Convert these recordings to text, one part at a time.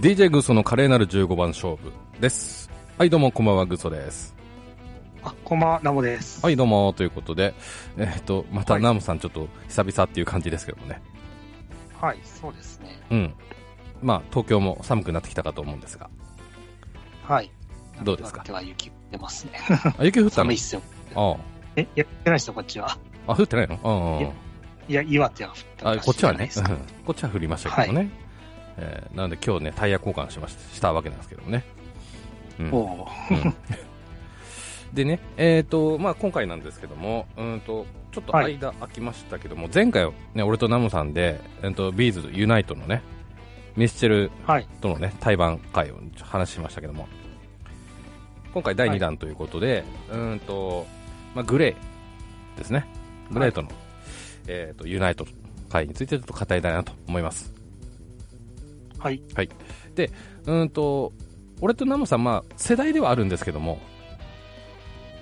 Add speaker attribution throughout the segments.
Speaker 1: DJ グソの華麗なる15番勝負です。はい、どうも、こんばんは、グソです。
Speaker 2: あ、こんばんは、ナモです。
Speaker 1: はい、どうも、ということで、えーっと、また、
Speaker 2: はい
Speaker 1: ナムさん、ちょっと、久々っていう感じですけどもね。
Speaker 2: はい、そうですね。
Speaker 1: うん。まあ、東京も寒くなってきたかと思うんですが。
Speaker 2: はい。
Speaker 1: どうですか
Speaker 2: では雪降ってますね。
Speaker 1: あ、雪降ったの
Speaker 2: 寒いっすよ。
Speaker 1: あ
Speaker 2: え、やってないっすよ、こっちは。
Speaker 1: あ。あ、降ってないのうんうん
Speaker 2: い
Speaker 1: うん
Speaker 2: や。いや、岩手は降った
Speaker 1: あこっちはね、
Speaker 2: 知ら
Speaker 1: う
Speaker 2: ないっ
Speaker 1: ん こっちは降りましたけどもね、えーなので今日ね、タイヤ交換しましたしたわけなんですけどもね。うん
Speaker 2: すおおー
Speaker 1: うんでね、えーとまあ、今回なんですけども、うんとちょっと
Speaker 2: はい
Speaker 1: 間空きましたけども、前回、ね、俺とナムさんで、えー、とビーズユナイトのね、ミスチル
Speaker 2: はい。
Speaker 1: とのね、対バン会をちょ話しましたけども、今回第2弾ということで、うーんと、まあ、グレーですね。グレーとの、えっ、と、ユナイト会についてちょっと語りたいなと思います。
Speaker 2: はい。
Speaker 1: うーんと、俺とナムさん、まあ、世代ではあるんですけども、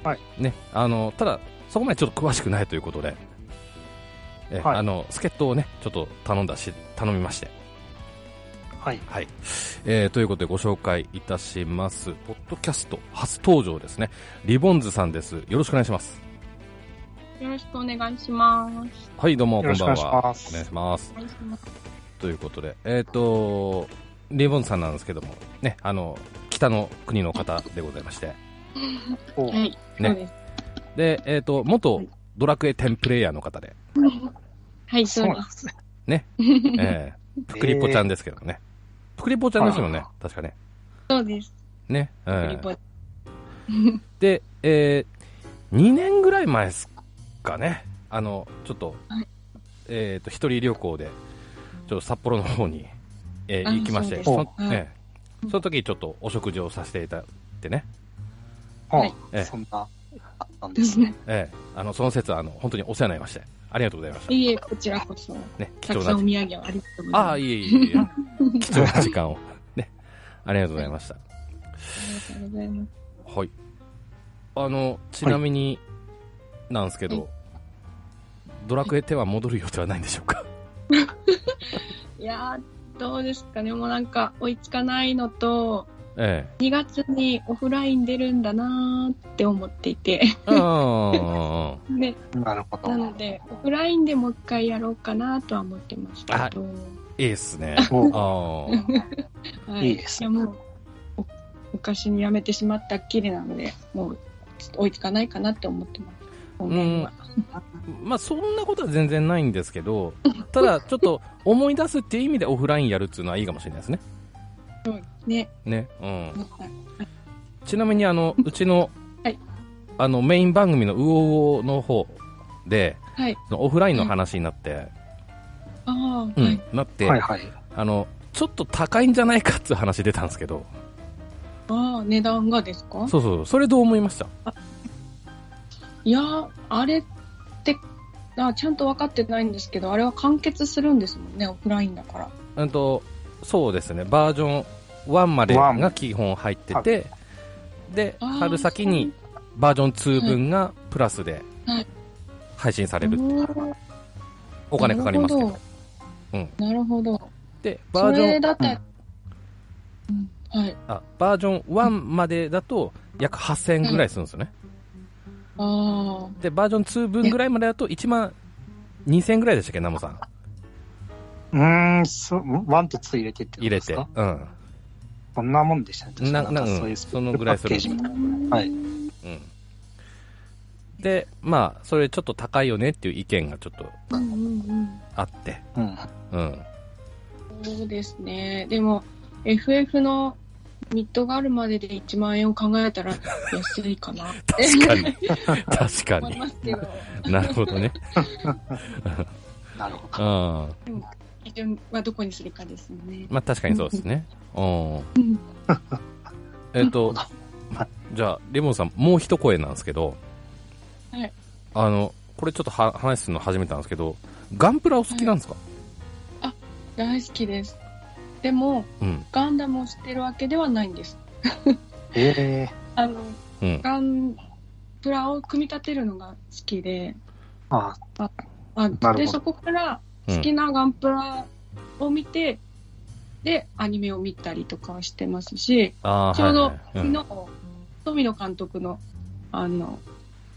Speaker 2: はい。
Speaker 1: ね、あの、ただ、そこまでちょっと詳しくないということで、え、
Speaker 2: はい
Speaker 1: あの、助っ人をね、ちょっと頼んだし、頼みまして、
Speaker 2: はい。
Speaker 1: はい、えーということでご紹介いたしますポッドキャスト初登場ですねリボンズさんですよろしくお願いします
Speaker 3: よろしくお願いします。
Speaker 1: はいどうもこ
Speaker 2: よろ
Speaker 1: ん
Speaker 2: しく
Speaker 1: ば
Speaker 2: お
Speaker 1: ん
Speaker 2: 願いし
Speaker 1: は
Speaker 2: ます
Speaker 1: お願いします
Speaker 3: お願いします
Speaker 1: ということでえっ、とリボンズさんなんですけどもねあの北の国の方でございまして
Speaker 2: お
Speaker 3: は
Speaker 2: ー
Speaker 3: い、そうです。
Speaker 1: でえっ、と元ドラクエ10プレイヤーの方 で
Speaker 3: はい、
Speaker 2: そ
Speaker 3: そうう
Speaker 2: なん
Speaker 3: で
Speaker 2: ですね。
Speaker 3: す。
Speaker 1: えー、クリポちゃんですけどもね、プクリポちゃんですよね確かね
Speaker 3: そうです。
Speaker 1: ね、え
Speaker 3: ク
Speaker 1: ー
Speaker 3: リポ
Speaker 1: で、え2年ぐらい前ですかね、あの、ちょっと、
Speaker 3: はい
Speaker 1: えっ、と、一人旅行で、ちょっと札幌の方に、えー
Speaker 3: あ
Speaker 1: 行きまして、
Speaker 2: そ
Speaker 1: そう
Speaker 2: です
Speaker 1: の、
Speaker 3: はい
Speaker 1: ええその時ちょっとお食事をさせていただいてね、
Speaker 3: はい
Speaker 2: あ
Speaker 1: ええ
Speaker 2: そんな、あったんですね。
Speaker 1: ええあの、その節は、あの、本当にお世話になりまして、ありがとうございました。
Speaker 3: いえ、こちらこそ。
Speaker 1: ね、貴
Speaker 3: た
Speaker 1: 重
Speaker 3: くさん
Speaker 1: な
Speaker 3: お土、産をありがとうございます。
Speaker 1: ああ、
Speaker 3: い
Speaker 1: いえいえい え、貴重な時間を、ね、ありがとうございました。
Speaker 3: ありがとうございます。
Speaker 1: はい。あの、ちなみに、なんですけど、ドラクエ手は戻る予定はないんでしょうか
Speaker 3: いやー、どうですかね。もうなんか、追いつかないのと、
Speaker 1: ええ。
Speaker 3: 2月にオフライン出るんだなーって思っていて。
Speaker 1: あ
Speaker 3: ね、
Speaker 2: なるほど
Speaker 3: な。ので、オフラインでもう一回やろうかなとは思ってますけど。
Speaker 1: あいいっすね。
Speaker 2: おー
Speaker 1: あー
Speaker 3: はい
Speaker 2: いですね
Speaker 3: やもうお昔に辞めてしまったっきりなので、もうちょっと追いつかないかなって思ってます。今年は
Speaker 1: まあそんなことは全然ないんですけど、ただちょっと思い出すっていう意味でオフラインやるっていうのはいいかもしれないですね。
Speaker 3: ね、
Speaker 1: ね。うん。
Speaker 3: なんか
Speaker 1: ちなみにあの、うちの、
Speaker 3: はい
Speaker 1: あのメイン番組のウオウオの方で、
Speaker 3: はい。
Speaker 1: そのオフラインの話になって、
Speaker 3: ああ、
Speaker 1: うん、
Speaker 3: はい。
Speaker 1: なって、
Speaker 2: はいはい。
Speaker 1: あの、ちょっと高いんじゃないかっていう話出たんですけど、
Speaker 3: ああ、値段がですか
Speaker 1: そうそう、それどう思いました
Speaker 3: いやー、あれって、あちゃんと分かってないんですけど、あれは完結するんですもんね、オフラインだから。
Speaker 1: うんとそうですねバージョン1まで
Speaker 2: ワン
Speaker 1: が基本入っててで
Speaker 3: あー
Speaker 1: 春先にバージョン2分がプラスで
Speaker 3: はい
Speaker 1: 配信され
Speaker 3: そう
Speaker 1: るお金かかりますけど
Speaker 3: なるほ
Speaker 1: うん
Speaker 3: なるほど。
Speaker 1: でバ
Speaker 3: そ
Speaker 1: ージョ
Speaker 3: れ
Speaker 1: ン
Speaker 3: だったら、うん、はい。
Speaker 1: あバージョン1までだと約8000円ぐらいするんですよね
Speaker 3: あ
Speaker 1: でバージョン2分ぐらいまでだと1万2000円ぐらいでしたっけナモさん
Speaker 2: うーん、そ、ワンとツー入れてってこと
Speaker 1: 入
Speaker 2: で
Speaker 1: れ
Speaker 2: す
Speaker 1: て
Speaker 2: か
Speaker 1: うん
Speaker 2: こんなもんでしたね。確か
Speaker 1: な
Speaker 2: なんか
Speaker 1: な
Speaker 2: そういうスペ
Speaker 1: そのぐらいする
Speaker 2: パッケージみたいなはい。
Speaker 1: うんでまあそれちょっと高いよねっていう意見がちょっと
Speaker 3: あ、うんうんうん。
Speaker 1: あって
Speaker 2: うん。
Speaker 1: うん
Speaker 3: そうですね。でも、FF のミッドがあるまでで1万円を考えたら安いかなって
Speaker 1: 確か に 確か
Speaker 3: 思い
Speaker 1: に
Speaker 3: ますけど、
Speaker 1: なるほどね
Speaker 2: なるほ
Speaker 1: う
Speaker 2: ど。
Speaker 1: ん。
Speaker 3: 基準はどこにするかですよね。
Speaker 1: まあ確かにそうですね。 うん。
Speaker 3: うん
Speaker 1: えっと
Speaker 2: なる、
Speaker 1: じゃあ、レモンさん、もう一声なんですけど、
Speaker 3: はい
Speaker 1: あの、これちょっとは話するの始めたんですけど、ガンプラお好きなんですか、
Speaker 3: 大好きです。でも、
Speaker 1: うん。
Speaker 3: ガンダムを知ってるわけではないんです。
Speaker 2: ええ。
Speaker 3: あの、
Speaker 1: うん。
Speaker 3: ガンプラを組み立てるのが好きで、
Speaker 2: あ
Speaker 3: あ
Speaker 2: ほど
Speaker 3: で、そこから
Speaker 1: う
Speaker 3: 好き
Speaker 1: ん、
Speaker 3: なガンプラを見て、でアニメを見たりとかはしてますし、
Speaker 1: あー
Speaker 3: ちょうど
Speaker 1: はいはい
Speaker 3: 昨日、富野監督の、あの、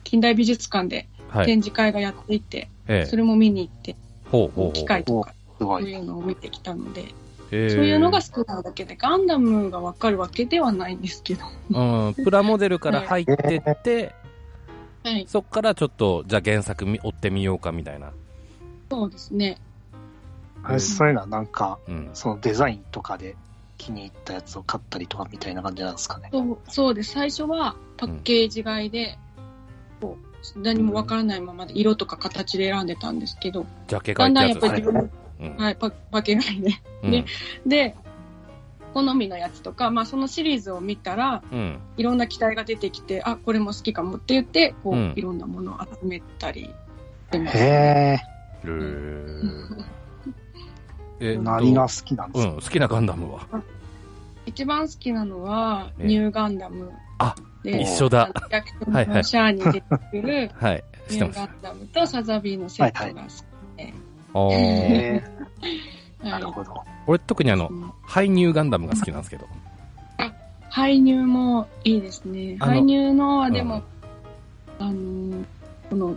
Speaker 3: 近代美術館で
Speaker 1: うんはい
Speaker 3: 展示会がやっていて、
Speaker 1: え
Speaker 3: そ
Speaker 1: え
Speaker 3: れも見に行って、
Speaker 1: ほうほうほう
Speaker 3: 機械とか、
Speaker 2: すご
Speaker 3: そう
Speaker 2: い。
Speaker 3: いうのを見てきたので、
Speaker 1: そう
Speaker 3: そういうのが好きなだけで、ガンダムがわかるわけではないんですけど。
Speaker 1: うん、プラモデルから入ってって、
Speaker 3: はい、
Speaker 1: そっからちょっと、じゃあ原作み追ってみようかみたいな。
Speaker 3: そうですね。
Speaker 1: うん
Speaker 2: 私そういうのはなんか、
Speaker 1: うん。
Speaker 2: そのデザインとかで気に入ったやつを買ったりとかみたいな感じなんですかね。
Speaker 3: そうそうです。最初はパッケージ買いで、こう何もわからないままで色とか形で選んでたんですけど、
Speaker 1: ジャケ
Speaker 3: だ
Speaker 1: 買い
Speaker 3: ん
Speaker 1: っ
Speaker 3: だん
Speaker 1: て
Speaker 3: や
Speaker 1: や
Speaker 3: っ
Speaker 1: つ
Speaker 3: ぱ
Speaker 1: で
Speaker 3: り
Speaker 1: す
Speaker 3: 自
Speaker 1: ね。
Speaker 3: 分の、
Speaker 1: うん
Speaker 3: はい、パパッケージ買いで。
Speaker 1: うん
Speaker 3: ねで、好みのやつとか、まあ、そのシリーズを見たら、
Speaker 1: うん。
Speaker 3: いろんな機体が出てきて、あ、これも好きかもって言って、こう、
Speaker 1: うん
Speaker 3: いろんなものを集めたりしてます。
Speaker 2: へ
Speaker 1: へーえ
Speaker 2: え、
Speaker 1: っと
Speaker 2: 何が好きなんで
Speaker 1: う
Speaker 2: すか、
Speaker 1: ん、好きなガンダムは。
Speaker 3: 一番好きなのは、
Speaker 1: ええ
Speaker 3: ニューガンダム
Speaker 1: あ
Speaker 3: で。
Speaker 1: 一緒だ
Speaker 3: あの。逆転のシャアに出てくる、
Speaker 1: はい。知
Speaker 3: ニ
Speaker 1: ってま
Speaker 3: ュー
Speaker 1: す。
Speaker 3: ガ
Speaker 1: あ
Speaker 3: ンダムとサザビーのセットが好
Speaker 1: ー
Speaker 2: へ
Speaker 3: き。
Speaker 2: え、
Speaker 3: は
Speaker 2: ないるほど。
Speaker 1: 俺特にあの
Speaker 3: う、ん
Speaker 1: ハイニューガンダムが好きなんですけど。
Speaker 3: 排入もいいですね。
Speaker 1: あの
Speaker 3: 排入のは
Speaker 1: うん
Speaker 3: でも、あの、この、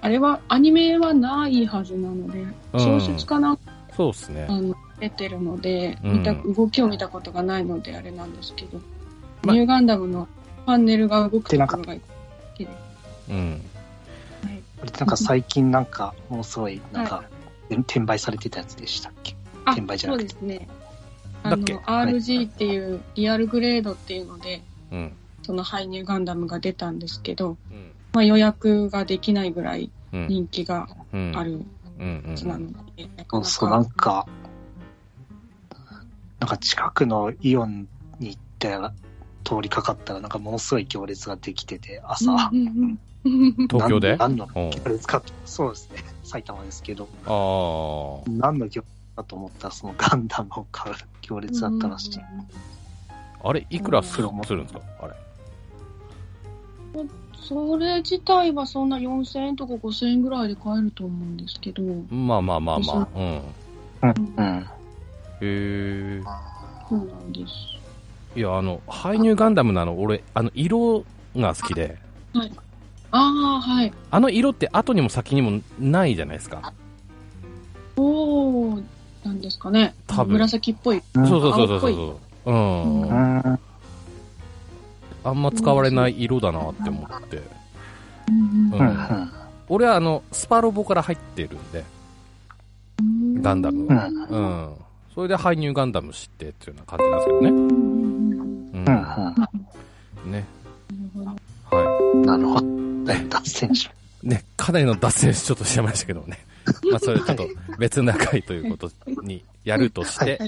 Speaker 3: あれは、アニメはないはずなので、
Speaker 1: うん
Speaker 3: 小説かな、
Speaker 1: そうっすね。
Speaker 3: あの出てるので、
Speaker 1: うん
Speaker 3: 見た、動きを見たことがないのであれなんですけど、
Speaker 1: ま
Speaker 3: ニューガンダムのパネルが動くところが、
Speaker 1: うん。
Speaker 2: なんか最近なんか、もうすごい、なんか、転売されてたやつでしたっけ
Speaker 3: あ
Speaker 2: 転売、じゃ
Speaker 3: そ
Speaker 2: な
Speaker 3: う
Speaker 2: く
Speaker 3: で
Speaker 2: て
Speaker 3: すね。
Speaker 1: だ
Speaker 3: あ
Speaker 1: っ
Speaker 3: の、
Speaker 1: け
Speaker 3: RG っていう、リアルグレードっていうので、
Speaker 1: うん。
Speaker 3: その排入ガンダムが出たんですけど、
Speaker 1: うん
Speaker 3: まあ予約ができないぐらい
Speaker 1: うん。
Speaker 3: 人気が
Speaker 1: うん。
Speaker 3: ある
Speaker 1: うん。うん
Speaker 3: やつなので、なか
Speaker 2: そ
Speaker 3: な
Speaker 2: う
Speaker 3: か
Speaker 2: そう、なんか、なんか近くのイオンに行って、通りかかったら、なんかものすごい行列ができてて、朝。
Speaker 3: うんうんうん
Speaker 1: 東京で
Speaker 2: 何の
Speaker 1: うん
Speaker 2: 行列かと、そうですね、埼玉ですけど、
Speaker 1: あー
Speaker 2: 何の行列かと思ったら、そのガンダムを買う行列だったらしい。
Speaker 1: あれ、いくらするんですかあれ。
Speaker 3: それ自体はそんな4000円とか5000円ぐらいで買えると思うんですけど、
Speaker 1: まあまあまあまあ。うん。へ
Speaker 2: うん。
Speaker 1: え。
Speaker 3: そうなんです。
Speaker 1: いや、あの、ハイニューガンダムなの、俺、あの、色が好きで、
Speaker 3: ああ、はい。
Speaker 1: あの色って後にも先にもないじゃないですか。
Speaker 3: おー、なんですかね。
Speaker 1: 多分
Speaker 3: 紫っぽい。
Speaker 2: うん
Speaker 1: そうそうそうそうそう。うん。
Speaker 2: う
Speaker 3: う
Speaker 2: ん。
Speaker 1: あんま使われない色だなって思って。
Speaker 3: うん
Speaker 1: う
Speaker 3: う
Speaker 2: うん。
Speaker 3: んん
Speaker 2: うん。
Speaker 1: 俺はあの、スパロボから入ってるんで、ガンダム
Speaker 2: う
Speaker 1: は。
Speaker 2: ん。
Speaker 1: う
Speaker 3: うん
Speaker 1: ん。それでハイニューガンダム知ってっていうような感じなんですけどね。
Speaker 3: うん
Speaker 2: う。
Speaker 1: うんん。ね。
Speaker 3: なるほど
Speaker 1: は
Speaker 2: うん。なるほど。脱線し
Speaker 1: い。ね、かなりの脱線しちょっとしちゃいましたけどね。まあ、それちょっと別な回ということにやるとして、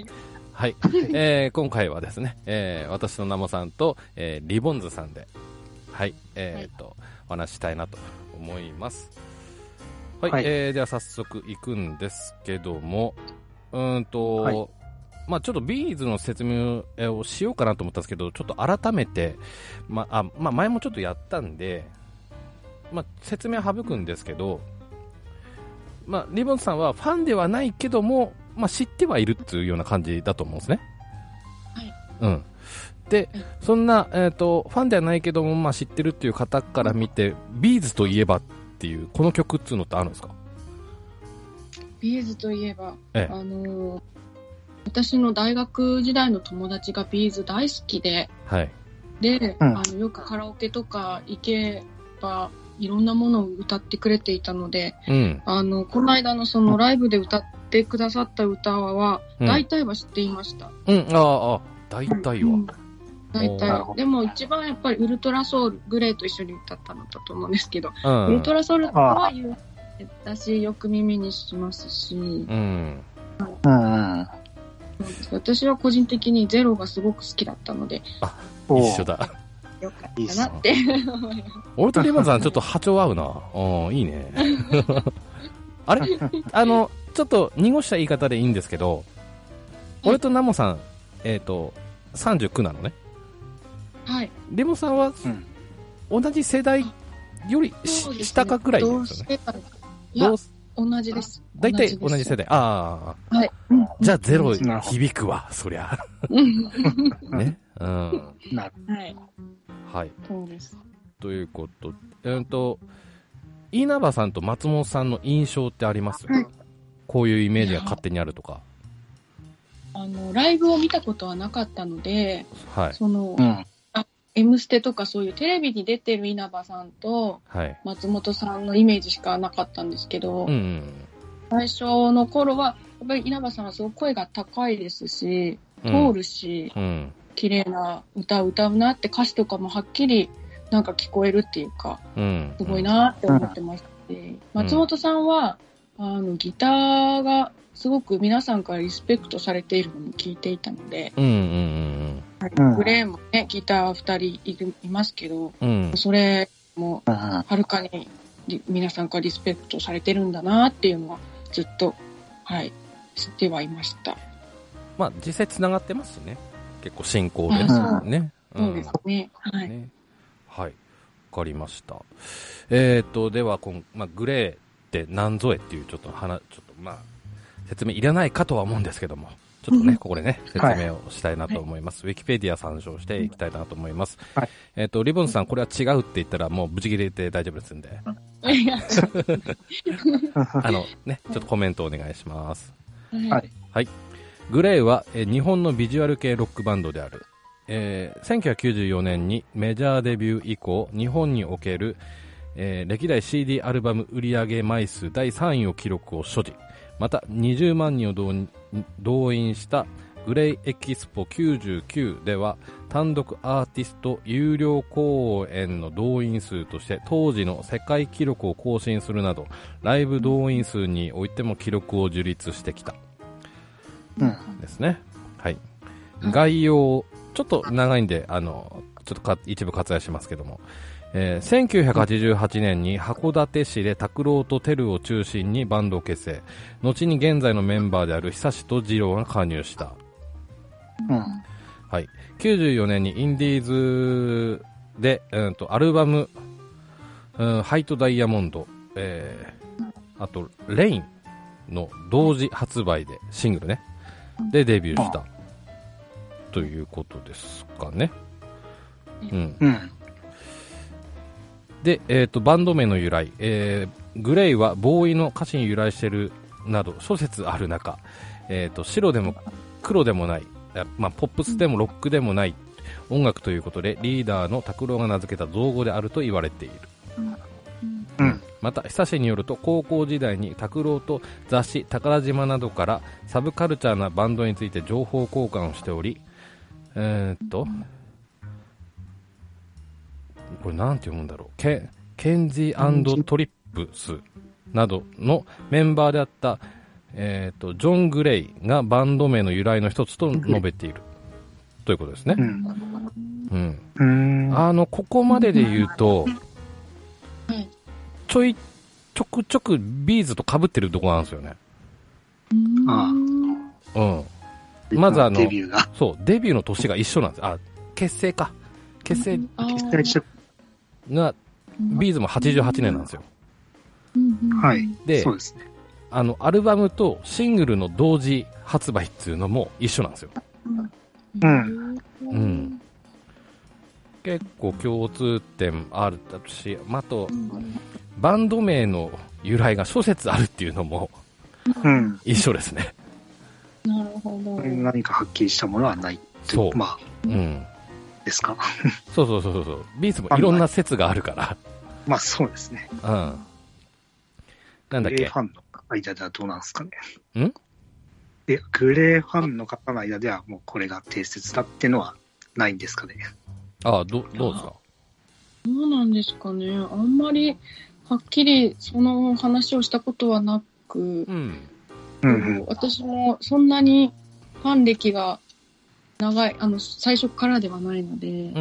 Speaker 1: はい。えー今回はですね、えー私の生さんと、えーリボンズさんで、はい、えーと、お話ししたいなと思います。はい、
Speaker 2: はい
Speaker 1: えーでは早速行くんですけども、うーんと、
Speaker 2: はい
Speaker 1: まあちょっとビーズの説明をしようかなと思ったんですけど、ちょっと改めて、まあ、あまあ、前もちょっとやったんで、まあ、説明は省くんですけど、まあ、リボンさんはファンではないけども、まあ、知ってはいるっていうような感じだと思うんですね。
Speaker 3: はい。
Speaker 1: うん。で
Speaker 3: はい、
Speaker 1: そんな、えっ、と、ファンではないけども、まあ、知ってるっていう方から見て、ビーズといえばっていう、この曲っていうのってあるんですか
Speaker 3: ビーズといえば、
Speaker 1: ええ
Speaker 3: あのー私の大学時代の友達がビーズ大好きで、
Speaker 1: はい。
Speaker 3: で、
Speaker 2: うん
Speaker 3: あのよくカラオケとか行けばいろんなものを歌ってくれていたので
Speaker 1: うん。
Speaker 3: あのこの間のそのライブで歌ってくださった歌は
Speaker 1: うん
Speaker 3: 大体は知っていました、
Speaker 1: うん、ああ、ああ、大体は。
Speaker 3: うん大体
Speaker 1: な
Speaker 2: るほ
Speaker 3: は
Speaker 2: ど
Speaker 3: でも一番やっぱりウルトラソウルグレーと一緒に歌ったのだと思うんですけど、
Speaker 1: うん。
Speaker 3: ウルトラソウルは言う私よく耳にしますし
Speaker 1: うん。
Speaker 2: まうんうん。
Speaker 3: 私は個人的にゼロがすごく好きだったので
Speaker 2: おう
Speaker 1: 一緒だ。
Speaker 3: よかったなって思います
Speaker 1: 俺とリボンさん、ちょっと波長合うな。うん、いい ね。あれあの、ちょっと濁した言い方でいいんですけど、俺とナモさん、えっ、と、39なのね。
Speaker 3: はい
Speaker 1: リボンさんは
Speaker 2: うん。
Speaker 1: 同じ世代よりし、
Speaker 3: そうですね
Speaker 1: 下かくらいですよね。
Speaker 3: 同世代いや
Speaker 1: 同世
Speaker 3: 同じです。
Speaker 1: 大体同じ世
Speaker 3: 代。
Speaker 1: 代。ああ。
Speaker 3: はい。うん
Speaker 1: じゃあゼロ
Speaker 2: なるほど
Speaker 1: 響くわ、そりゃ。
Speaker 3: うん
Speaker 1: ね。うん。
Speaker 2: なる
Speaker 3: はい。
Speaker 1: はい。
Speaker 3: そうです。
Speaker 1: ということ。うんと、稲葉さんと松本さんの印象ってあります
Speaker 3: はい
Speaker 1: こういうイメージが勝手にあるとか。
Speaker 3: あの、ライブを見たことはなかったので、
Speaker 1: はい。
Speaker 3: その
Speaker 2: う、ん。
Speaker 3: M ステとかそういうテレビに出てる稲葉さんと
Speaker 1: はい。
Speaker 3: 松本さんのイメージしかなかったんですけど、
Speaker 1: うんうん
Speaker 3: 最初の頃は、やっぱり稲葉さんはすごく声が高いですし、
Speaker 1: うん。
Speaker 3: 通るし、
Speaker 1: うん。
Speaker 3: 綺麗な歌を歌うなって歌詞とかもはっきりなんか聞こえるっていうか、
Speaker 1: うん。
Speaker 3: すごいなって思ってましたし、松本さんは、あの、ギターがすごく皆さんからリスペクトされているのも聞いていたので、
Speaker 1: うんうん
Speaker 2: うん
Speaker 3: グレーもね、ギター2人いるいますけど、
Speaker 1: うんうん。うん。
Speaker 3: それも
Speaker 2: うん。
Speaker 3: はるかにり皆さんからリスペクトされてるんだなっていうのはずっと、はい、知ってはいました。
Speaker 1: まあ、実際繋がってますしね。結構進行
Speaker 3: う
Speaker 1: で
Speaker 3: ん。そう
Speaker 1: ね。ん
Speaker 3: そうですね。はい。
Speaker 1: ね。はい。わかりました。えっ、と、では、この、まあ、グレーって何ぞえっていう、ちょっと話、ちょっと、まあ、説明いらないかとは思うんですけども、ちょっと
Speaker 3: う
Speaker 1: ね、
Speaker 3: ん
Speaker 1: ここでね、説
Speaker 2: はい
Speaker 1: 明をしたいなと思います。ウィキペディア参照していきたいなと思います。
Speaker 2: はい
Speaker 1: えっ、と、リボンさん、これは違うって言ったら、もう、ブチ切れて大丈夫ですんで、
Speaker 3: いや
Speaker 1: あの、ね、ちょっとコメントお願いします。
Speaker 2: は
Speaker 3: はいい。
Speaker 1: グレーは、えー日本のビジュアル系ロックバンドである、えー1994年にメジャーデビュー以降日本における、えー歴代 CD アルバム売上枚数第3位を記録を所持また20万人を動員動員したグレイエキスポ99では単独アーティスト有料公演の動員数として当時の世界記録を更新するなどライブ動員数においても記録を樹立してきた
Speaker 2: うん。
Speaker 1: ですね。はい。
Speaker 3: はい
Speaker 1: 概要、ちょっと長いんで、あの、ちょっとか一部割愛しますけども、えー1988年に函館市で拓郎とテルを中心にバンドを結成。後に現在のメンバーである久志と二郎が加入した。
Speaker 2: うん。
Speaker 1: はい。94年にインディーズで、うんと、アルバム、うんハイトダイヤモンド、えーあと、レインの同時発売で、シングルね。で、デビューした。ということですかね。うん。
Speaker 2: うん。
Speaker 1: で、えっ、と、バンド名の由来、えーグレイはボーイの歌詞に由来してるなど、諸説ある中、えっ、と、白でも黒でもない、あまあ、ポップスでもロックでもない、音楽ということで、リーダーの拓郎が名付けた造語であると言われている。
Speaker 2: うん。
Speaker 1: また久志によると高校時代に拓郎と雑誌「宝島」などからサブカルチャーなバンドについて情報交換をしておりえー、っとこれなんて読むんだろうケンケンジートリップスなどのメンバーであった、えー、とジョン・グレイがバンド名の由来の一つと述べているということですね
Speaker 2: う、ん。
Speaker 1: うん、
Speaker 2: うん。
Speaker 1: あの、ここまでで言うと、
Speaker 3: はい
Speaker 1: ちょい、ちょくちょくビーズと被ってるとこなんですよね。
Speaker 2: あ
Speaker 1: うん。まずあの
Speaker 2: デ、ビューが。
Speaker 1: そう、デビューの年が一緒なんです。あ、結成か。結成
Speaker 3: あー
Speaker 2: 期待しちゃ
Speaker 1: が、ビーズも88年なんですよ。
Speaker 2: はい。う。
Speaker 1: で
Speaker 2: そう、ですね。
Speaker 1: あの、アルバムとシングルの同時発売っていうのも一緒なんですよ。
Speaker 2: うん。
Speaker 1: ん結構共通点あるだし、まああと、バンド名の由来が諸説あるっていうのも
Speaker 2: うん。
Speaker 1: 一緒ですね。
Speaker 3: なるほど。
Speaker 2: 何かはっきりしたものはないってい
Speaker 1: そう
Speaker 2: まあ、
Speaker 1: うん。
Speaker 2: ですか。
Speaker 1: そうそうそうそうそう。ビーズもいろんな説があるか
Speaker 2: まあ、そうですね。
Speaker 1: ら。うん。なんだっ
Speaker 2: グレー
Speaker 1: け
Speaker 2: ファンの間ではどうなんですかね。
Speaker 1: ん
Speaker 2: で、グレーファンの方の間ではもうこれが定説だってのはないんですかね。
Speaker 1: ああ、ど、どうですか
Speaker 3: どうなんですかね。あんまり、はっきりその話をしたことはなく
Speaker 1: う、ん。
Speaker 2: うんうん。
Speaker 3: 私もそんなにファン歴が長い、あの、最初からではないので
Speaker 1: うん、う、ん。
Speaker 2: う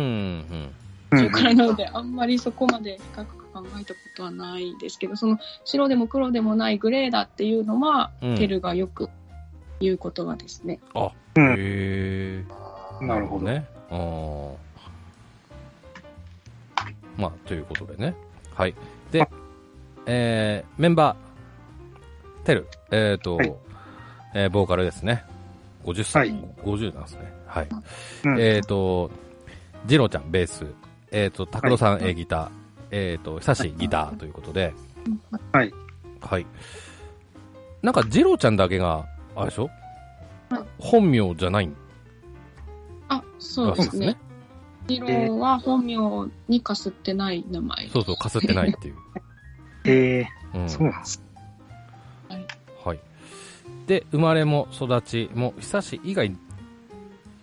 Speaker 2: ん
Speaker 3: 最初からなので、あんまりそこまで深く考えたことはないですけど、その、白でも黒でもないグレーだっていうのは、
Speaker 1: うん
Speaker 3: テルがよく言う言葉ですね。
Speaker 1: あ、
Speaker 2: うん
Speaker 1: へえ。
Speaker 2: なるほど。
Speaker 1: ね。あーまあ、ということでね。はい。で
Speaker 2: あ、
Speaker 1: えー、メンバー、テル、えっ、と、
Speaker 2: はい
Speaker 1: えーボーカルですね。50歳、
Speaker 2: はい
Speaker 1: 50なんですね。はい。
Speaker 2: うん
Speaker 1: えっ、と、ジローちゃん、ベース。えっ、と、拓郎さん、
Speaker 2: はい
Speaker 1: えーギター。えっ、と、久し、ギターということで。
Speaker 2: はい。
Speaker 1: はい。なんか、ジローちゃんだけが、あれでしょ
Speaker 3: はい
Speaker 1: 本名じゃないん
Speaker 3: あ、そ
Speaker 1: ら
Speaker 3: う
Speaker 1: し
Speaker 3: で
Speaker 1: いですす
Speaker 3: ね
Speaker 1: ね。。
Speaker 3: ヒロは本名にかすってない名前。
Speaker 1: そうそう、かすってないって いう。
Speaker 2: え
Speaker 1: うん
Speaker 2: ー、そうなんです。
Speaker 1: はい。で、生まれも育ちも、久し以外